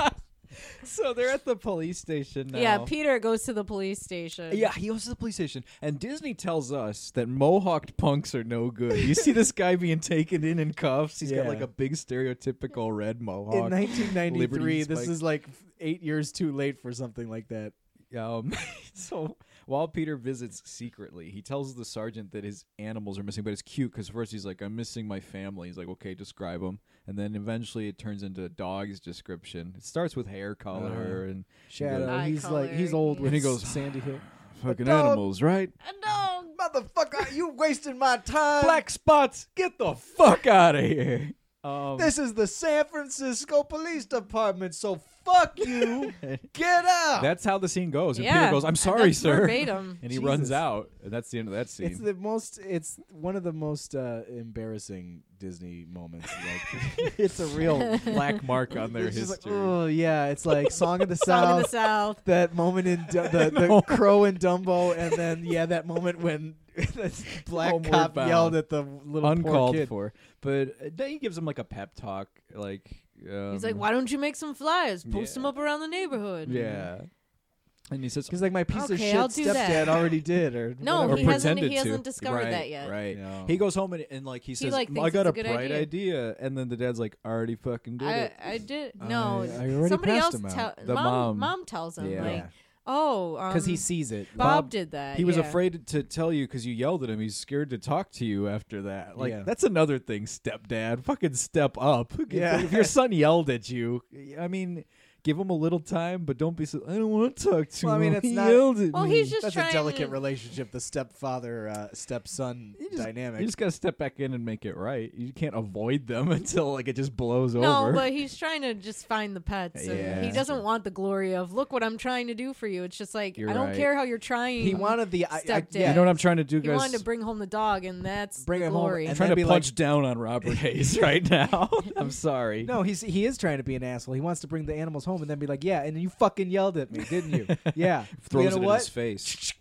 Speaker 2: so they're at the police station now.
Speaker 3: Yeah, Peter goes to the police station.
Speaker 2: Yeah, he goes to the police station, and Disney tells us that mohawked punks are no good. You see this guy being taken in in cuffs. He's got
Speaker 1: Yeah.
Speaker 2: like a big stereotypical red mohawk.
Speaker 1: In 1993,
Speaker 2: Liberty
Speaker 1: this
Speaker 2: Spike.
Speaker 1: is like eight years too late for something like that.
Speaker 2: Um, so while Peter visits secretly, he tells the sergeant that his animals are missing, but it's cute because first he's like, "I'm missing my family." He's like, "Okay, describe them," and then eventually it turns into a dog's description. It starts with hair color
Speaker 1: Uh-huh.
Speaker 2: and
Speaker 1: Shadow,
Speaker 3: Eye
Speaker 1: he's like,
Speaker 3: color,
Speaker 1: he's old when
Speaker 2: And he
Speaker 1: he goes
Speaker 2: goes,
Speaker 1: Sandy Hill.
Speaker 2: fucking
Speaker 1: dog-
Speaker 2: animals, right?
Speaker 3: A dog.
Speaker 1: Motherfucker, you wasting my time.
Speaker 2: Black spots, get the fuck out of here. Um,
Speaker 1: This is the San Francisco Police Department, so fuck you. Get out.
Speaker 2: that's how the scene goes, and
Speaker 3: Yeah,
Speaker 2: Peter goes, "I'm
Speaker 3: that's
Speaker 2: sorry, sir,"
Speaker 3: verbatim.
Speaker 2: and he
Speaker 1: Jesus.
Speaker 2: runs out, and that's the end of that scene.
Speaker 1: it's the most. It's one of the most uh, embarrassing Disney moments. Like, it's a real.
Speaker 2: black mark on their
Speaker 1: it's just like,
Speaker 2: history.
Speaker 1: oh yeah, it's like Song of the
Speaker 3: Song of
Speaker 1: South.
Speaker 3: the South.
Speaker 1: that moment in D- the, the
Speaker 2: know.
Speaker 1: crow and Dumbo, and then yeah, that moment when the black
Speaker 2: Homeward
Speaker 1: cop
Speaker 2: bound.
Speaker 1: yelled at the little poor
Speaker 2: uncalled
Speaker 1: kid.
Speaker 2: for. But uh, then he gives him like a pep talk, like um,
Speaker 3: He's like, why don't you make some flyers? Post
Speaker 2: yeah.
Speaker 3: them up around the neighborhood.
Speaker 2: Yeah, and he says,
Speaker 1: Because like my piece of
Speaker 3: Okay,
Speaker 1: shit
Speaker 3: I'll do
Speaker 1: stepdad
Speaker 3: that.
Speaker 1: already did, or
Speaker 3: No,
Speaker 2: or
Speaker 1: whatever.
Speaker 3: he hasn't-
Speaker 2: pretended
Speaker 3: he
Speaker 2: to.
Speaker 3: hasn't discovered
Speaker 2: Right,
Speaker 3: that yet.
Speaker 2: Right.
Speaker 1: No.
Speaker 2: He goes home and, and like he says,
Speaker 3: like,
Speaker 2: "Mm,
Speaker 3: thinks
Speaker 2: I got
Speaker 3: it's a
Speaker 2: a
Speaker 3: good
Speaker 2: bright idea.
Speaker 3: idea."
Speaker 2: and then the dad's like, I already fucking did
Speaker 3: I,
Speaker 2: it.
Speaker 3: I did.
Speaker 1: I-
Speaker 3: No,
Speaker 1: I already
Speaker 3: somebody
Speaker 1: passed
Speaker 3: else.
Speaker 1: him
Speaker 3: Tell,
Speaker 1: out.
Speaker 2: The
Speaker 3: mom,
Speaker 2: mom.
Speaker 3: mom tells him
Speaker 2: Yeah.
Speaker 3: like, oh,
Speaker 1: because
Speaker 3: um,
Speaker 1: he sees it.
Speaker 3: Bob,
Speaker 2: Bob-
Speaker 3: did that.
Speaker 2: He was
Speaker 3: Uh, yeah.
Speaker 2: afraid to tell you because you yelled at him. He's scared to talk to you after that. Like
Speaker 1: Yeah.
Speaker 2: that's another thing, stepdad. Fucking step up.
Speaker 1: Yeah.
Speaker 2: if your son yelled at you, I mean, give him a little time, but don't be so. I don't want to talk to
Speaker 1: Well, I
Speaker 2: him.
Speaker 1: mean, it's
Speaker 2: he
Speaker 1: not-
Speaker 2: yelled at
Speaker 3: Well,
Speaker 2: me."
Speaker 3: he's just
Speaker 1: That's
Speaker 3: trying.
Speaker 1: a delicate relationship, the stepfather uh, stepson
Speaker 2: You just-
Speaker 1: dynamic.
Speaker 2: You just gotta step back in and make it right. You can't avoid them until like it just blows
Speaker 3: No,
Speaker 2: over.
Speaker 3: but he's trying to just find the pets. and
Speaker 2: Yeah.
Speaker 3: he doesn't want the glory of look what I'm trying to do for you. It's just like
Speaker 2: You're
Speaker 3: I don't
Speaker 2: right.
Speaker 3: care how you're trying.
Speaker 1: he wanted the I, I-
Speaker 3: Stepdad.
Speaker 1: yeah,
Speaker 2: you know what I'm trying to do,
Speaker 3: He
Speaker 2: guys.
Speaker 3: wanted to bring home the dog, and that's
Speaker 1: Bring
Speaker 3: the
Speaker 1: him home
Speaker 3: glory.
Speaker 1: and
Speaker 2: I'm trying
Speaker 1: then
Speaker 2: to
Speaker 1: be
Speaker 2: punch down on Robert Hayes right now. I'm sorry.
Speaker 1: No, he's he is trying to be an asshole. He wants to bring the animals home and then be like, yeah, and you fucking yelled at me, didn't you? yeah,
Speaker 2: throws
Speaker 1: you know
Speaker 2: it
Speaker 1: what?
Speaker 2: in his face.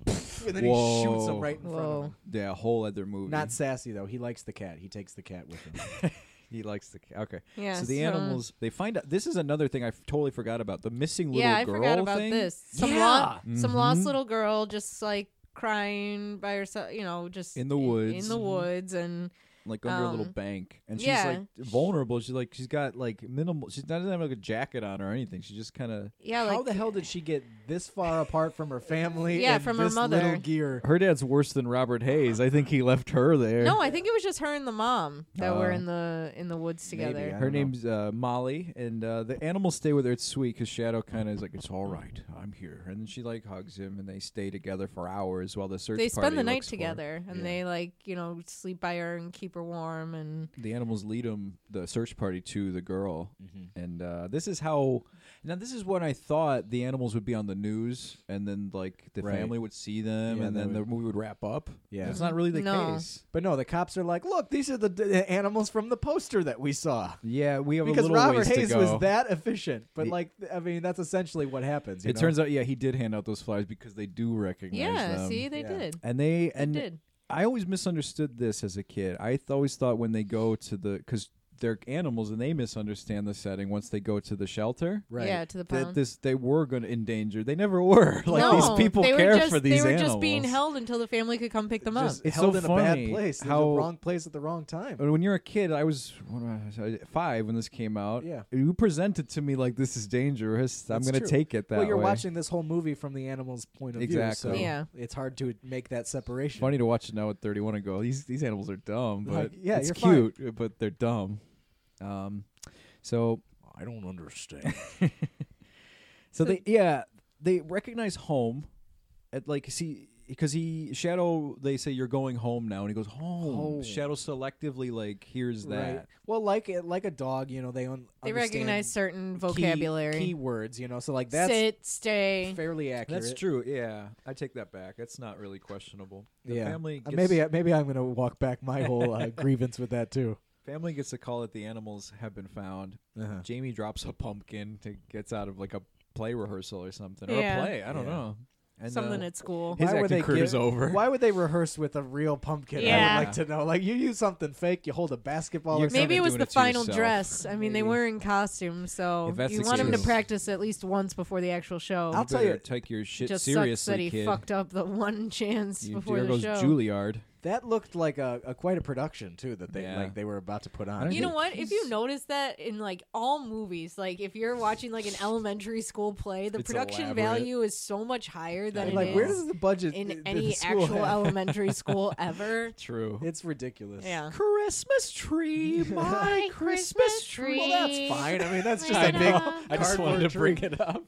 Speaker 1: And then he shoots
Speaker 2: Whoa.
Speaker 1: him right in front of
Speaker 3: Whoa.
Speaker 1: him.
Speaker 2: Yeah, a whole other movie.
Speaker 1: Not sassy though. He likes the cat. He takes the cat with him.
Speaker 2: he likes the ca- okay.
Speaker 3: Yeah,
Speaker 2: so the
Speaker 3: so-
Speaker 2: animals they find out. This is another thing I f- totally forgot about the missing little
Speaker 3: yeah, I
Speaker 2: girl
Speaker 3: forgot about
Speaker 2: thing.
Speaker 3: this. Some
Speaker 2: Yeah.
Speaker 3: lost, some lost
Speaker 2: Mhm.
Speaker 3: little girl, just like crying by herself. You know, just
Speaker 2: In the
Speaker 3: in,
Speaker 2: woods.
Speaker 3: the
Speaker 2: Mhm.
Speaker 3: woods, and
Speaker 2: like under a little
Speaker 3: Um,
Speaker 2: bank, and she's
Speaker 3: yeah.
Speaker 2: like vulnerable. She's like she's got like minimal. She doesn't have like a jacket on or anything. She just kind of
Speaker 3: yeah,
Speaker 1: How
Speaker 3: like
Speaker 1: the hell did she get this far apart from her family?
Speaker 3: Yeah,
Speaker 1: and
Speaker 3: from her
Speaker 1: this
Speaker 3: mother.
Speaker 1: Little gear.
Speaker 2: her dad's worse than Robert Hayes. I think he left her there.
Speaker 3: no, I think it was just her and the mom that were
Speaker 2: Oh.
Speaker 3: in the in the woods
Speaker 1: Maybe,
Speaker 3: together.
Speaker 1: I
Speaker 2: Her
Speaker 1: don't know.
Speaker 2: name's uh, Molly, and uh, the animals stay with her. It's sweet because Shadow kind of is like, "It's all right, I'm here," and then she like hugs him, and they stay together for hours while the search.
Speaker 3: they
Speaker 2: party
Speaker 3: spend the night
Speaker 2: looks for her.
Speaker 3: together, and
Speaker 1: Yeah.
Speaker 3: they like you know sleep by her and keep her warm, and
Speaker 2: The animals lead him the search party to the girl,
Speaker 1: Mm-hmm.
Speaker 2: and uh, this is how. Now this is when I thought the animals would be on the news, and then like the
Speaker 1: Right.
Speaker 2: family would see them,
Speaker 1: Yeah,
Speaker 2: and
Speaker 1: they
Speaker 2: then the
Speaker 1: would-
Speaker 2: movie would wrap up.
Speaker 1: Yeah.
Speaker 2: that's not really the
Speaker 3: No.
Speaker 2: case.
Speaker 1: But no, the cops are like, look, these are the d- uh, animals from the poster that we saw.
Speaker 2: Yeah, we have a
Speaker 1: Because
Speaker 2: little
Speaker 1: Robert
Speaker 2: ways to
Speaker 1: Hayes
Speaker 2: go.
Speaker 1: was that efficient. But
Speaker 2: The-
Speaker 1: like, I mean, that's essentially what happens. You
Speaker 2: It
Speaker 1: know?
Speaker 2: turns out, yeah, he did hand out those flyers because they do recognize
Speaker 3: yeah,
Speaker 2: them.
Speaker 3: see, they
Speaker 1: yeah.
Speaker 3: did,
Speaker 2: and they
Speaker 3: they
Speaker 2: and
Speaker 3: did.
Speaker 2: I always misunderstood this as a kid. I th- always thought when they go to the because they're animals and they misunderstand the setting once they go to the shelter.
Speaker 1: right.
Speaker 3: Yeah, to the
Speaker 2: That
Speaker 3: pound.
Speaker 2: this they were going to endanger. They never were. Like
Speaker 3: no,
Speaker 2: these people
Speaker 3: they
Speaker 2: care
Speaker 3: were just,
Speaker 2: for these
Speaker 3: They were
Speaker 2: animals.
Speaker 3: just being held until the family could come pick them up.
Speaker 1: Just
Speaker 2: It's
Speaker 1: held
Speaker 2: so
Speaker 1: in a bad
Speaker 2: funny
Speaker 1: place. They're
Speaker 2: how-
Speaker 1: the wrong place at the wrong time.
Speaker 2: And when you're a kid, I was, what was I, five when this came out.
Speaker 1: Yeah.
Speaker 2: you presented to me like this is dangerous. I'm
Speaker 1: That's
Speaker 2: going to
Speaker 1: true.
Speaker 2: take it that
Speaker 1: well, you're
Speaker 2: way.
Speaker 1: watching this whole movie from the animal's point of view.
Speaker 2: Exactly.
Speaker 1: So
Speaker 3: Yeah.
Speaker 1: It's hard to make that separation.
Speaker 2: Funny to watch it now at 31 and go, these these animals are dumb, but
Speaker 1: Like, yeah,
Speaker 2: it's
Speaker 1: you're fine.
Speaker 2: cute, but they're dumb. Um, so
Speaker 1: I don't understand.
Speaker 2: So
Speaker 3: So-
Speaker 2: they yeah they recognize home, at like see because he Shadow they say you're going home now and he goes home.
Speaker 1: Home.
Speaker 2: Shadow selectively like hears that.
Speaker 1: Right. Well, like like a dog, you know, they un-
Speaker 3: they
Speaker 1: understand
Speaker 3: recognize certain
Speaker 1: key-
Speaker 3: vocabulary.
Speaker 1: key words, you know. So like that's
Speaker 3: Sit, stay.
Speaker 1: fairly accurate.
Speaker 2: That's true. Yeah, I take that back. That's not really questionable. The
Speaker 1: yeah.
Speaker 2: family
Speaker 1: Uh,
Speaker 2: gets,
Speaker 1: maybe maybe I'm gonna walk back my whole uh, grievance with that too.
Speaker 2: family gets a call that the animals have been found.
Speaker 1: Uh-huh.
Speaker 2: Jamie drops a pumpkin to gets out of like a play rehearsal or something or
Speaker 3: Yeah.
Speaker 2: a play. I don't
Speaker 1: Yeah.
Speaker 2: know. And,
Speaker 3: something
Speaker 2: uh,
Speaker 3: at school.
Speaker 2: his
Speaker 1: Why would
Speaker 2: acting
Speaker 1: they
Speaker 2: career
Speaker 1: give-
Speaker 2: is over.
Speaker 1: Why would they rehearse with a real pumpkin? I
Speaker 3: Yeah.
Speaker 1: would like to know. Like you use something fake, you hold a basketball.
Speaker 2: You-
Speaker 1: or something.
Speaker 3: Maybe it was
Speaker 2: doing
Speaker 3: the
Speaker 2: it to
Speaker 3: final
Speaker 2: yourself.
Speaker 3: dress. I mean, they
Speaker 1: Maybe.
Speaker 3: were in costume, so
Speaker 2: If that's
Speaker 3: you
Speaker 2: the
Speaker 3: want him to
Speaker 2: case-
Speaker 3: practice at least once before the actual show.
Speaker 1: I'll
Speaker 2: you
Speaker 1: tell you-
Speaker 2: better take your shit
Speaker 3: just sucks
Speaker 2: seriously,
Speaker 3: that he
Speaker 2: kid.
Speaker 3: fucked up the one chance
Speaker 2: you,
Speaker 3: before
Speaker 2: there
Speaker 3: the
Speaker 2: goes
Speaker 3: show.
Speaker 2: Juilliard.
Speaker 1: That looked like a, a quite a production too that they
Speaker 2: Yeah.
Speaker 1: like they were about to put
Speaker 2: I
Speaker 1: on.
Speaker 2: don't
Speaker 3: You know
Speaker 2: think
Speaker 3: what? If you
Speaker 2: he's-
Speaker 3: notice that in like all movies, like if you're watching like an elementary school play, the
Speaker 2: It's
Speaker 3: production
Speaker 2: elaborate.
Speaker 3: value is so much higher than
Speaker 1: And,
Speaker 3: it
Speaker 1: like where
Speaker 3: is
Speaker 1: does the budget
Speaker 3: in
Speaker 1: th-
Speaker 3: any
Speaker 1: this school
Speaker 3: actual
Speaker 1: have?
Speaker 3: elementary school ever.
Speaker 2: True.
Speaker 1: It's ridiculous.
Speaker 3: Yeah.
Speaker 2: Christmas tree, my Christmas tree.
Speaker 1: Well, that's fine. I mean, that's just
Speaker 2: I
Speaker 1: a big.
Speaker 2: know. I just wanted to
Speaker 1: cardboard
Speaker 2: bring
Speaker 1: tree.
Speaker 2: it up.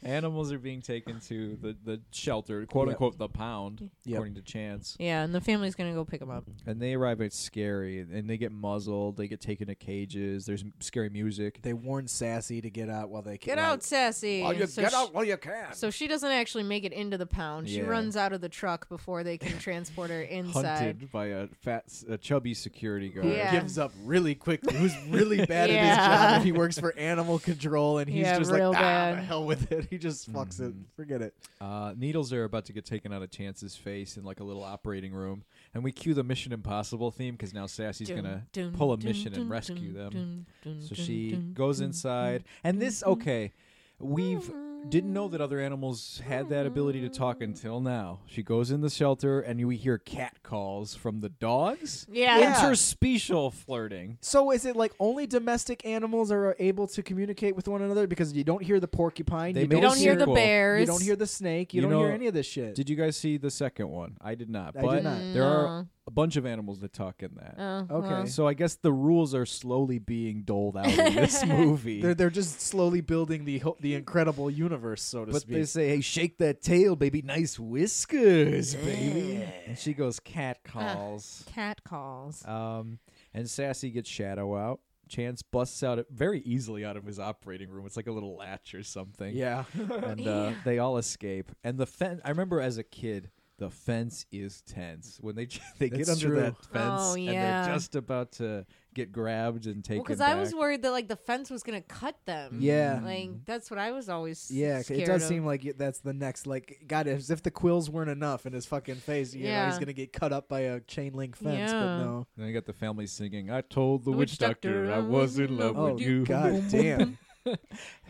Speaker 2: Animals are being taken to the, the shelter, quote
Speaker 1: Yep.
Speaker 2: unquote, the pound,
Speaker 1: Yep.
Speaker 2: according to Chance.
Speaker 3: Yeah, and the family's gonna go pick him up.
Speaker 2: And they arrive at Scary, and they get muzzled. They get taken to cages. There's m- scary music.
Speaker 1: They warn Sassy to get out while they can.
Speaker 3: Get out, sassy. So sh-
Speaker 1: while you can.
Speaker 3: So she doesn't actually make it into the pound. She
Speaker 2: Yeah.
Speaker 3: runs out of the truck before they can transport her inside.
Speaker 2: Hunted by a fat, s- a chubby security guard.
Speaker 3: Yeah.
Speaker 1: gives up really quickly. Who's really bad at his
Speaker 3: Yeah.
Speaker 1: job? He works for animal control, and he's
Speaker 3: Yeah,
Speaker 1: just
Speaker 3: real
Speaker 1: like, ah, the
Speaker 3: bad.
Speaker 1: hell with it. He just fucks it.
Speaker 2: Mm.
Speaker 1: Forget it.
Speaker 2: Uh, needles are about to get taken out of Chance's face in like a little operating room, and we cue the Mission Impossible theme because now Sassy's gonna
Speaker 3: Dun,
Speaker 2: pull a
Speaker 3: dun,
Speaker 2: mission and
Speaker 3: dun,
Speaker 2: rescue
Speaker 3: dun,
Speaker 2: them.
Speaker 3: dun, dun,
Speaker 2: So
Speaker 3: dun,
Speaker 2: she
Speaker 3: dun,
Speaker 2: goes
Speaker 3: dun.
Speaker 2: inside, and this okay. We've didn't know that other animals had that ability to talk until now. She goes in the shelter, and we hear cat calls from the dogs.
Speaker 3: Yeah.
Speaker 1: Yeah.
Speaker 2: interspecial flirting.
Speaker 1: So is it like only domestic animals are able to communicate with one another because you don't hear the porcupine,
Speaker 2: They
Speaker 1: you
Speaker 2: make
Speaker 3: You
Speaker 1: don't,
Speaker 3: don't
Speaker 2: a
Speaker 3: hear the
Speaker 2: circle.
Speaker 3: bears.
Speaker 1: you don't hear the snake, you,
Speaker 2: You
Speaker 1: don't hear
Speaker 2: know-
Speaker 1: any of this shit.
Speaker 2: Did you guys see the second one? I did not,
Speaker 1: I
Speaker 2: but
Speaker 1: did not.
Speaker 2: there are
Speaker 3: No.
Speaker 2: a bunch of animals that talk in that.
Speaker 3: Oh,
Speaker 1: Okay.
Speaker 3: well.
Speaker 2: So I guess the rules are slowly being doled out in this movie.
Speaker 1: they're they're just slowly building the ho- the incredible universe, so to
Speaker 2: but
Speaker 1: speak.
Speaker 2: they say, "Hey, shake that tail, baby. Nice whiskers, baby." And she goes, "Cat calls."
Speaker 3: Cat calls.
Speaker 2: Um, and Sassy gets Shadow out. Chance busts out very easily out of his operating room. It's like a little latch or something.
Speaker 1: yeah,
Speaker 2: and uh, they all escape. And the fence. I remember as a kid, the fence is tense when they j- they get
Speaker 1: That's
Speaker 2: under
Speaker 1: true.
Speaker 2: that fence
Speaker 3: Oh,
Speaker 2: and they're
Speaker 3: yeah.
Speaker 2: just about to get grabbed and taken.
Speaker 3: Well, because
Speaker 2: back.
Speaker 3: I was worried that like the fence was gonna cut them.
Speaker 1: Yeah.
Speaker 3: Like that's what I was always.
Speaker 1: yeah.
Speaker 3: Scared
Speaker 1: It does
Speaker 3: of.
Speaker 1: seem like y- that's the next. Like, God, as if the quills weren't enough in his fucking face, you know,
Speaker 3: Yeah.
Speaker 1: he's gonna get cut up by a chain link fence. But
Speaker 3: Yeah.
Speaker 1: no,
Speaker 2: And I got the family singing, I told the, witch,
Speaker 3: witch
Speaker 2: doctor,
Speaker 3: doctor, uh,
Speaker 2: I was in love
Speaker 1: oh
Speaker 2: with you.
Speaker 1: God damn,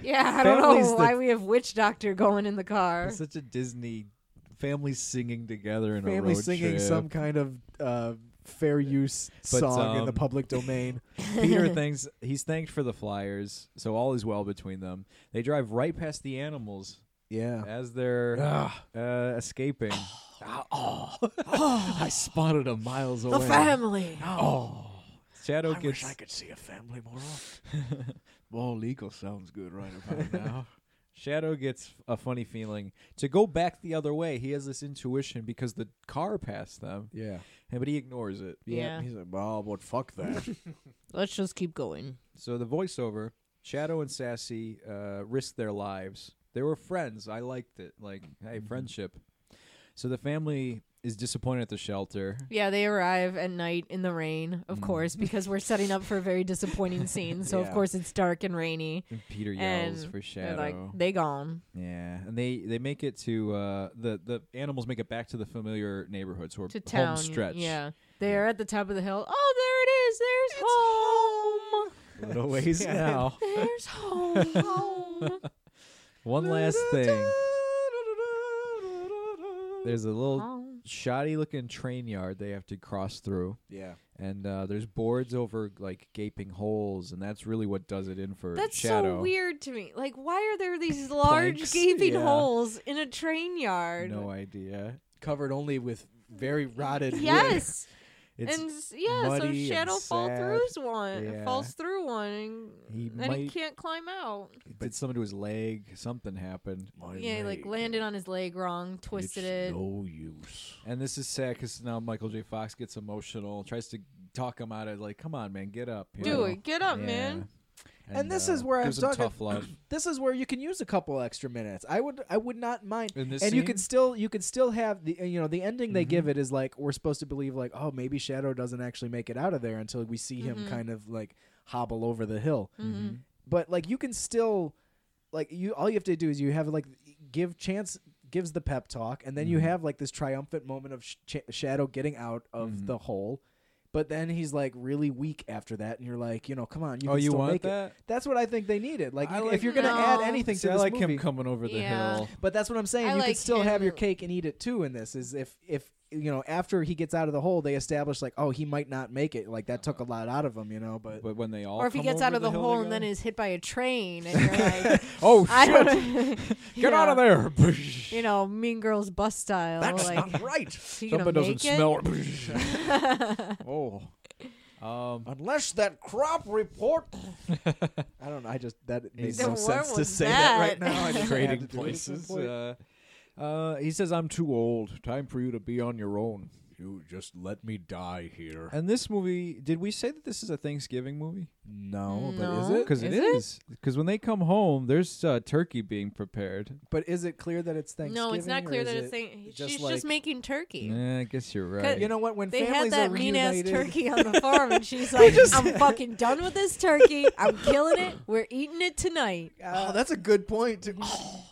Speaker 3: Yeah, I don't know
Speaker 1: Families
Speaker 3: why
Speaker 1: that-
Speaker 3: we have witch doctor going in the car.
Speaker 2: It's such a Disney family singing together in a
Speaker 1: family
Speaker 2: road
Speaker 1: singing
Speaker 2: trip.
Speaker 1: some kind of uh, fair use
Speaker 2: But,
Speaker 1: song in the
Speaker 2: um,
Speaker 1: public domain.
Speaker 2: Peter thanks he's thanked for the flyers, so all is well between them. They drive right past the animals
Speaker 1: Yeah.
Speaker 2: as they're
Speaker 4: Ah.
Speaker 2: uh, escaping. oh,
Speaker 4: Ah,
Speaker 2: I spotted them miles
Speaker 3: the
Speaker 2: away.
Speaker 3: family.
Speaker 2: Oh, Shadow
Speaker 4: I
Speaker 2: gets
Speaker 4: wish I could see a family more often. Bald Eagle sounds good right about now.
Speaker 2: Shadow gets a funny feeling to go back the other way. He has this intuition because the car passed them,
Speaker 1: Yeah.
Speaker 2: and- but he ignores it.
Speaker 3: Yeah.
Speaker 4: He's like, oh, but fuck that.
Speaker 3: Let's just keep going.
Speaker 2: So the voiceover, Shadow and Sassy uh, risked their lives. They were friends. I liked it. Like, hey, friendship. So the family is disappointed at the shelter.
Speaker 3: Yeah, they arrive at night in the rain, of course, because we're setting up for a very disappointing scene. So
Speaker 1: Mm. Yeah.
Speaker 3: of course it's dark and rainy.
Speaker 2: And Peter yells
Speaker 3: And
Speaker 2: for
Speaker 3: They're
Speaker 2: Shadow.
Speaker 3: like they gone.
Speaker 2: yeah, and they they make it to uh, the the animals make it back to the familiar neighborhoods or
Speaker 3: to
Speaker 2: home
Speaker 3: town.
Speaker 2: stretch.
Speaker 3: Yeah. They're at the top of the hill. Oh, there
Speaker 2: a little ways
Speaker 1: Yeah.
Speaker 2: now.
Speaker 3: it is. There's home. There's home.
Speaker 2: One last thing. There's a little
Speaker 3: home.
Speaker 2: shoddy looking train yard they have to cross through.
Speaker 1: Yeah.
Speaker 2: and uh, there's boards over like gaping holes, and that's really what does it in for
Speaker 3: That's
Speaker 2: Shadow.
Speaker 3: so weird to me. Like, why are there these large
Speaker 2: Planks?
Speaker 3: gaping
Speaker 2: Yeah.
Speaker 3: holes in a train yard?
Speaker 2: No idea.
Speaker 1: Covered only with very rotted wood.
Speaker 3: Yes,
Speaker 2: It's
Speaker 3: and s- yeah, so
Speaker 2: muddy and
Speaker 3: Shadow fall
Speaker 2: sad.
Speaker 3: throughs one,
Speaker 2: Yeah.
Speaker 3: falls through one, and
Speaker 2: He
Speaker 3: then he
Speaker 2: might-
Speaker 3: can't climb out.
Speaker 2: it did something to his leg. Something happened,
Speaker 3: yeah, he, like landed on his leg wrong, twisted it.
Speaker 4: No use.
Speaker 2: and this is sad because now Michael J. Fox gets emotional, tries to talk him out of like, "Come on, man, get up, you
Speaker 3: Do
Speaker 2: know?
Speaker 3: it, get up,
Speaker 2: Yeah. uh,
Speaker 3: man.
Speaker 1: And this is where I
Speaker 2: gives
Speaker 1: was talking-
Speaker 2: him Tough love.
Speaker 1: This is where you can use a couple extra minutes. I would I would not mind.
Speaker 2: In this
Speaker 1: and you
Speaker 2: scene?
Speaker 1: can still you can still have the you know the ending they give it is like we're supposed to believe like oh maybe Shadow doesn't actually make it out of there until we see him kind of like hobble over the hill.
Speaker 3: Mm-hmm.
Speaker 2: Mm-hmm.
Speaker 1: But like you can still like you all you have to do is you have like give chance gives the pep talk, and then you
Speaker 2: Mhm.
Speaker 1: have like this triumphant moment of sh- Ch- Shadow getting out of
Speaker 2: Mhm.
Speaker 1: the hole. But then he's like really weak after that, and you're like, you know, come on, you
Speaker 2: oh,
Speaker 1: can
Speaker 2: you
Speaker 1: still
Speaker 2: want
Speaker 1: make it.
Speaker 2: that?
Speaker 1: That's what I think they needed. Like,
Speaker 2: I
Speaker 1: you- if
Speaker 2: like-
Speaker 1: you're gonna
Speaker 3: No.
Speaker 1: add anything
Speaker 2: See,
Speaker 1: to
Speaker 2: I
Speaker 1: this
Speaker 2: like
Speaker 1: movie,
Speaker 2: him coming over the
Speaker 3: Yeah.
Speaker 2: hill.
Speaker 1: but that's what I'm saying.
Speaker 3: I
Speaker 1: you can
Speaker 3: like
Speaker 1: still have your
Speaker 3: him-
Speaker 1: cake and eat it too. In this is if if you know after he gets out of the hole, they establish like, oh, he might not make it. Like that took a lot out of him, you know. But
Speaker 2: Uh-huh. But when they all
Speaker 3: or if he
Speaker 2: come
Speaker 3: gets
Speaker 2: over
Speaker 3: out of the,
Speaker 2: hill
Speaker 3: hole and then
Speaker 2: together-
Speaker 3: is hit by a train, and you're like,
Speaker 2: oh
Speaker 3: I don't
Speaker 2: shit, get out of there!
Speaker 3: You know, Mean Girls bus style.
Speaker 1: that's
Speaker 3: like,
Speaker 1: not right.
Speaker 3: is he gonna
Speaker 2: Something doesn't
Speaker 3: make it?
Speaker 2: smell. oh, um,
Speaker 1: Unless that crop report. I don't know. I just that makes
Speaker 3: The
Speaker 1: no
Speaker 3: war
Speaker 1: sense to
Speaker 3: was
Speaker 1: say that right
Speaker 3: bad.
Speaker 1: now. I just had to
Speaker 2: trading
Speaker 1: do it at some
Speaker 2: places.
Speaker 1: point.
Speaker 2: Uh,
Speaker 4: Uh, he says, I'm too old. Time for you to be on your own. You just let me die here.
Speaker 2: and this movie, did we say that this is a Thanksgiving movie?
Speaker 1: no, but is
Speaker 3: No.
Speaker 1: it?
Speaker 2: Because it
Speaker 3: Is it?
Speaker 2: is. Because when they come home, there's uh, turkey being prepared.
Speaker 1: But is it clear that it's Thanksgiving?
Speaker 3: no, it's not
Speaker 1: or
Speaker 3: clear
Speaker 1: is
Speaker 3: that it's
Speaker 1: it
Speaker 3: saying
Speaker 1: just
Speaker 3: she's
Speaker 1: like-
Speaker 3: just making turkey.
Speaker 2: Yeah, I guess you're right.
Speaker 1: You know what? When
Speaker 3: They had
Speaker 1: families
Speaker 3: that
Speaker 1: are
Speaker 3: mean ass
Speaker 1: reunited,
Speaker 3: turkey on the farm, and she's like, "I'm fucking done with this turkey. I'm killing it. We're eating it tonight."
Speaker 1: Oh, that's a good point. Too.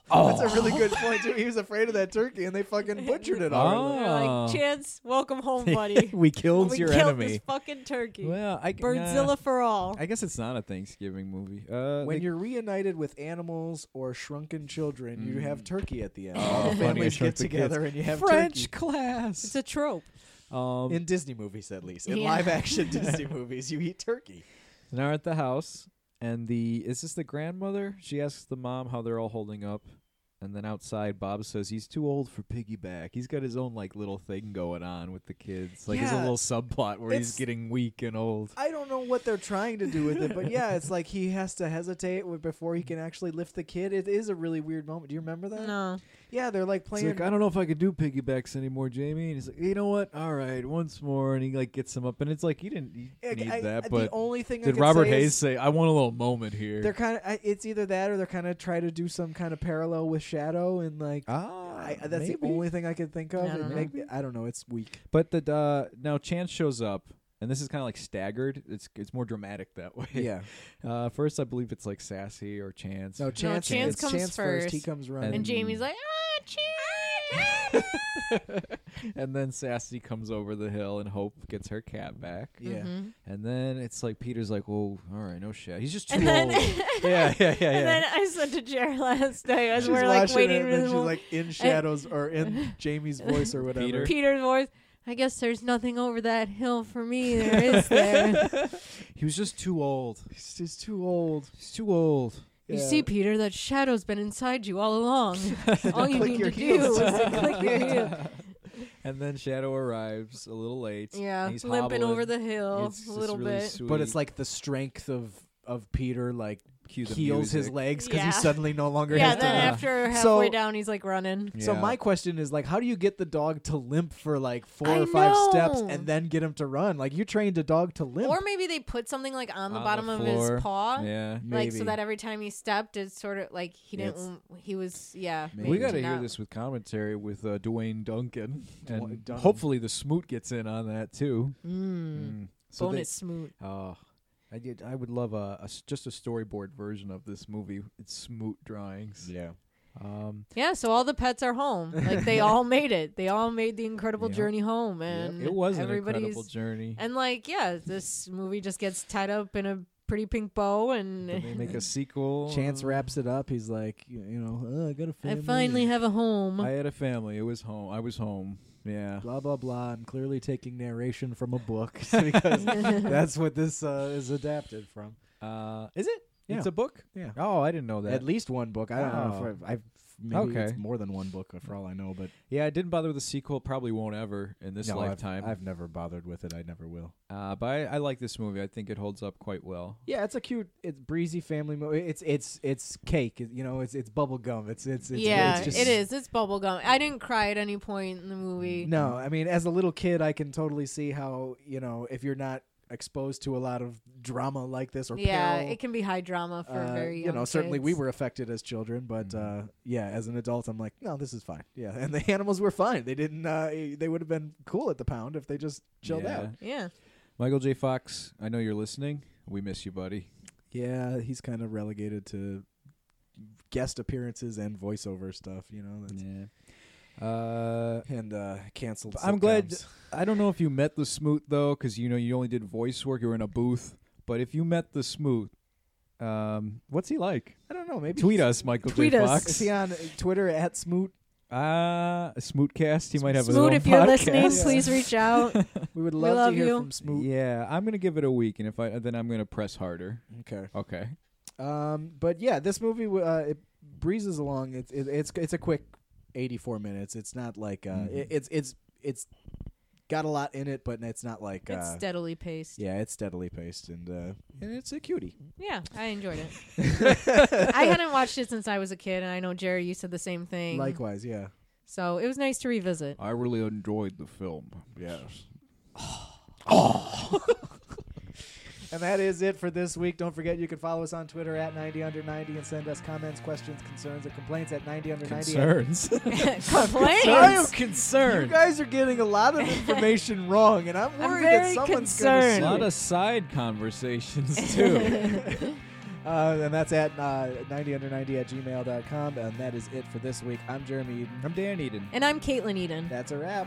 Speaker 1: That's a really good point too. He was afraid of that turkey, and they fucking butchered it Ah. all.
Speaker 2: Oh.
Speaker 3: They're like, "Chance, welcome home, buddy.
Speaker 2: we killed
Speaker 3: we
Speaker 2: your
Speaker 3: killed this
Speaker 2: enemy.
Speaker 3: fucking turkey.
Speaker 2: Well, I
Speaker 3: Birdzilla for all."
Speaker 2: I guess it's not a Thanksgiving movie. Uh,
Speaker 1: When
Speaker 2: they-
Speaker 1: you're reunited with animals or shrunken children, you have turkey at the end.
Speaker 2: Oh,
Speaker 1: all the
Speaker 2: funny, I
Speaker 1: families
Speaker 2: shrunk
Speaker 1: get
Speaker 2: the kids.
Speaker 1: together and you have
Speaker 2: French
Speaker 1: turkey.
Speaker 2: class.
Speaker 3: it's a trope.
Speaker 2: um,
Speaker 1: In Disney movies, at least in
Speaker 3: Yeah.
Speaker 1: live action Disney movies, you eat turkey.
Speaker 2: And they're at the house, and the is this the grandmother? She asks the mom how they're all holding up, and then outside, Bob says he's too old for piggyback. He's got his own like little thing going on with the kids, like his
Speaker 1: Yeah.
Speaker 2: little subplot where
Speaker 1: It's-
Speaker 2: he's getting weak and old.
Speaker 1: I don't know what they're trying to do with it, but yeah, it's like he has to hesitate w- before he can actually lift the kid. It is a really weird moment. Do you remember that?
Speaker 3: No,
Speaker 1: Yeah, they're like
Speaker 2: He's
Speaker 1: playing.
Speaker 2: like, I don't know if I could do piggybacks anymore, Jamie. And he's like, you know what? All right, once more. And he like gets him up, and it's like he didn't he
Speaker 1: I-
Speaker 2: need
Speaker 1: I-
Speaker 2: that.
Speaker 1: the
Speaker 2: but
Speaker 1: only thing I
Speaker 2: did
Speaker 1: could
Speaker 2: Robert
Speaker 1: say
Speaker 2: Hayes
Speaker 1: is-
Speaker 2: say, "I want a little moment here"?
Speaker 1: They're kind of. It's either that or they're kind of try to do some kind of parallel with Shadow and like.
Speaker 2: ah,
Speaker 1: I, that's the
Speaker 2: maybe.
Speaker 1: only thing I could think of.
Speaker 3: I
Speaker 1: It
Speaker 3: don't
Speaker 1: make
Speaker 2: know.
Speaker 1: me- I don't know. It's weak.
Speaker 2: But the uh, now Chance shows up, and this is kind of like staggered. It's it's more dramatic that way.
Speaker 1: Yeah.
Speaker 2: Uh, first, I believe it's like Sassy or Chance.
Speaker 1: No chance.
Speaker 3: Chance
Speaker 1: it's
Speaker 3: comes
Speaker 1: chance first. He
Speaker 3: first.
Speaker 1: comes running.
Speaker 2: And-
Speaker 3: and Jamie's like, "Ah, Chance."
Speaker 2: and then Sassy comes over the hill, and Hope gets her cat back.
Speaker 1: yeah.
Speaker 3: Mhm.
Speaker 2: And then it's like Peter's like, "Well, all right, no shit. He's just too
Speaker 3: And then,
Speaker 2: old." yeah, yeah, yeah,
Speaker 3: and then
Speaker 2: yeah.
Speaker 3: I said to Jared last night as
Speaker 1: She's
Speaker 3: we're like
Speaker 1: watching
Speaker 3: waiting
Speaker 1: it,
Speaker 3: for
Speaker 1: and
Speaker 3: the
Speaker 1: she's
Speaker 3: mo-
Speaker 1: like in shadows or in Jamie's voice or whatever.
Speaker 2: Peter.
Speaker 3: Peter's voice. I guess there's nothing over that hill for me. There is there.
Speaker 2: he was just too old.
Speaker 1: He's just too old.
Speaker 2: He's too old.
Speaker 3: You
Speaker 1: Yeah.
Speaker 3: see, Peter, that shadow's been inside you all along. all you
Speaker 1: Click
Speaker 3: need
Speaker 1: your
Speaker 3: to do
Speaker 1: heels.
Speaker 3: is to click your heel.
Speaker 2: And then Shadow arrives a little late.
Speaker 3: Yeah,
Speaker 2: and he's
Speaker 3: limping
Speaker 2: hobbling.
Speaker 3: over the hill
Speaker 2: It's
Speaker 3: a
Speaker 2: just
Speaker 3: little
Speaker 2: really
Speaker 3: bit.
Speaker 2: sweet.
Speaker 1: But it's like the strength of of Peter like
Speaker 2: Cue the
Speaker 1: heals his
Speaker 2: music.
Speaker 1: legs because
Speaker 3: Yeah.
Speaker 1: he suddenly no longer
Speaker 3: Yeah,
Speaker 1: has
Speaker 3: then
Speaker 1: to.
Speaker 2: Yeah.
Speaker 3: after
Speaker 1: So-
Speaker 3: halfway down, he's like running.
Speaker 1: So
Speaker 2: Yeah.
Speaker 1: my question is like, how do you get the dog to limp for like four
Speaker 3: I
Speaker 1: or five steps
Speaker 3: know.
Speaker 1: and then get him to run? Like you trained a dog to limp.
Speaker 3: Or maybe they put something like on the
Speaker 2: On the
Speaker 3: bottom of
Speaker 2: floor.
Speaker 3: his paw.
Speaker 2: yeah.
Speaker 3: Like so
Speaker 1: Maybe.
Speaker 3: that every time he stepped, it's sort of like he
Speaker 1: Yeah,
Speaker 3: didn't. He was yeah.
Speaker 2: We
Speaker 1: Maybe.
Speaker 2: got to hear
Speaker 3: Not-
Speaker 2: this with commentary with uh, Dwayne Duncan, and
Speaker 1: Dwayne Duncan.
Speaker 2: hopefully the Smoot gets in on that too.
Speaker 3: Mm,
Speaker 2: Mm. So
Speaker 3: bonus smoot.
Speaker 2: They, oh, I did. I would love a, a s- just a storyboard version of this movie. It's Smoot drawings.
Speaker 1: yeah.
Speaker 2: Um,
Speaker 3: Yeah, so all the pets are home. Like they all made it. They all made the incredible
Speaker 2: Yep.
Speaker 3: journey home, and
Speaker 2: it was an
Speaker 3: everybody's
Speaker 2: incredible journey.
Speaker 3: and like yeah, this movie just gets tied up in a pretty pink bow,
Speaker 2: Then they
Speaker 3: and
Speaker 2: make a sequel.
Speaker 1: Chance
Speaker 2: uh,
Speaker 1: wraps it up. He's like, you you know, "Oh, I got a
Speaker 3: I
Speaker 1: family.
Speaker 3: finally have a home.
Speaker 2: I had a family. It was home. I was home. Yeah.
Speaker 1: Blah blah blah. I'm clearly taking narration from a book because that's what this uh, is adapted from.
Speaker 2: Uh, is it?
Speaker 1: Yeah.
Speaker 2: It's a book.
Speaker 1: Yeah.
Speaker 2: Oh, I didn't know that. Oh.
Speaker 1: At least one book. I don't know if I've, I've maybe
Speaker 2: Okay.
Speaker 1: it's more than one book for all I know, but
Speaker 2: yeah, I didn't bother with the sequel. Probably won't ever in this
Speaker 1: no, I've-
Speaker 2: lifetime.
Speaker 1: I've never bothered with it. I never will.
Speaker 2: Uh, but I, I like this movie. I think it holds up quite well.
Speaker 1: Yeah, it's a cute, it's breezy family movie. It's it's it's cake. it- You know, it's it's bubble gum. It's it's, it's
Speaker 3: yeah,
Speaker 1: it's just,
Speaker 3: it is. It's bubblegum. I didn't cry at any point in the movie.
Speaker 1: No, I mean, as a little kid, I can totally see how you know if you're not exposed to a lot of drama like this or
Speaker 3: yeah,
Speaker 1: peril,
Speaker 3: it can be high drama for
Speaker 1: uh,
Speaker 3: very
Speaker 1: you
Speaker 3: young
Speaker 1: know, certainly we
Speaker 3: kids.
Speaker 1: were affected as children, but
Speaker 2: Mhm.
Speaker 1: uh, yeah, as an adult, I'm like, no, this is fine. Yeah, and the animals were fine. They didn't. Uh, they would have been cool at the pound if they just chilled
Speaker 2: Yeah.
Speaker 1: out.
Speaker 3: Yeah,
Speaker 2: Michael J. Fox, I know you're listening. We miss you, buddy.
Speaker 1: Yeah, he's kind of relegated to guest appearances and voiceover stuff. You know, that's
Speaker 2: Yeah. Uh,
Speaker 1: and uh, canceled.
Speaker 2: I'm glad.
Speaker 1: sitcoms.
Speaker 2: I don't know if you met the Smoot though, because you know you only did voice work. You were in a booth. But if you met the Smoot, um, what's he like?
Speaker 1: I don't know. Maybe
Speaker 2: Tweet us, Michael
Speaker 3: Tweet
Speaker 2: J.
Speaker 3: us.
Speaker 1: Is
Speaker 2: Fox.
Speaker 1: he on Twitter at Smoot?
Speaker 2: Uh, Smootcast. He might have his own
Speaker 3: Smoot, if you're
Speaker 2: podcast.
Speaker 3: listening,
Speaker 1: podcast.
Speaker 3: please reach out.
Speaker 1: We would
Speaker 3: We
Speaker 1: love,
Speaker 3: love
Speaker 1: to hear
Speaker 3: you.
Speaker 1: from Smoot.
Speaker 2: Yeah, I'm gonna give it a week, and if I then I'm gonna press harder.
Speaker 1: Okay.
Speaker 2: Okay.
Speaker 1: Um, but yeah, this movie w- uh, it breezes along. It's it, it's it's a quick 84 minutes. It's not like uh,
Speaker 2: Mhm.
Speaker 1: it, it's it's it's got a lot in it, but it's not like
Speaker 3: it's
Speaker 1: uh,
Speaker 3: steadily paced.
Speaker 1: yeah, it's steadily paced and uh, and it's a cutie.
Speaker 3: Yeah, I enjoyed it. I hadn't watched it since I was a kid, and I know Jerry, you said the same thing.
Speaker 1: Likewise, yeah.
Speaker 3: So it was nice to revisit.
Speaker 2: I really enjoyed the film. Yes.
Speaker 1: And that is it for this week. Don't forget you can follow us on Twitter at 90 under 90 and send us comments, questions, concerns, and complaints at 90 under 90.
Speaker 2: Concerns.
Speaker 1: I am
Speaker 3: Complaints.
Speaker 1: You
Speaker 2: concerned.
Speaker 1: guys are getting a lot of information wrong, and I'm
Speaker 3: I'm
Speaker 1: worried that
Speaker 3: very
Speaker 1: someone's going to
Speaker 2: A
Speaker 3: concerned.
Speaker 2: lot of side conversations too.
Speaker 1: Uh, and that's at uh, 90 under 90 at gmail.com. And that is it for this week. I'm Jeremy Eden.
Speaker 2: I'm Dan Eden.
Speaker 3: and I'm Caitlin Eden.
Speaker 1: That's a wrap.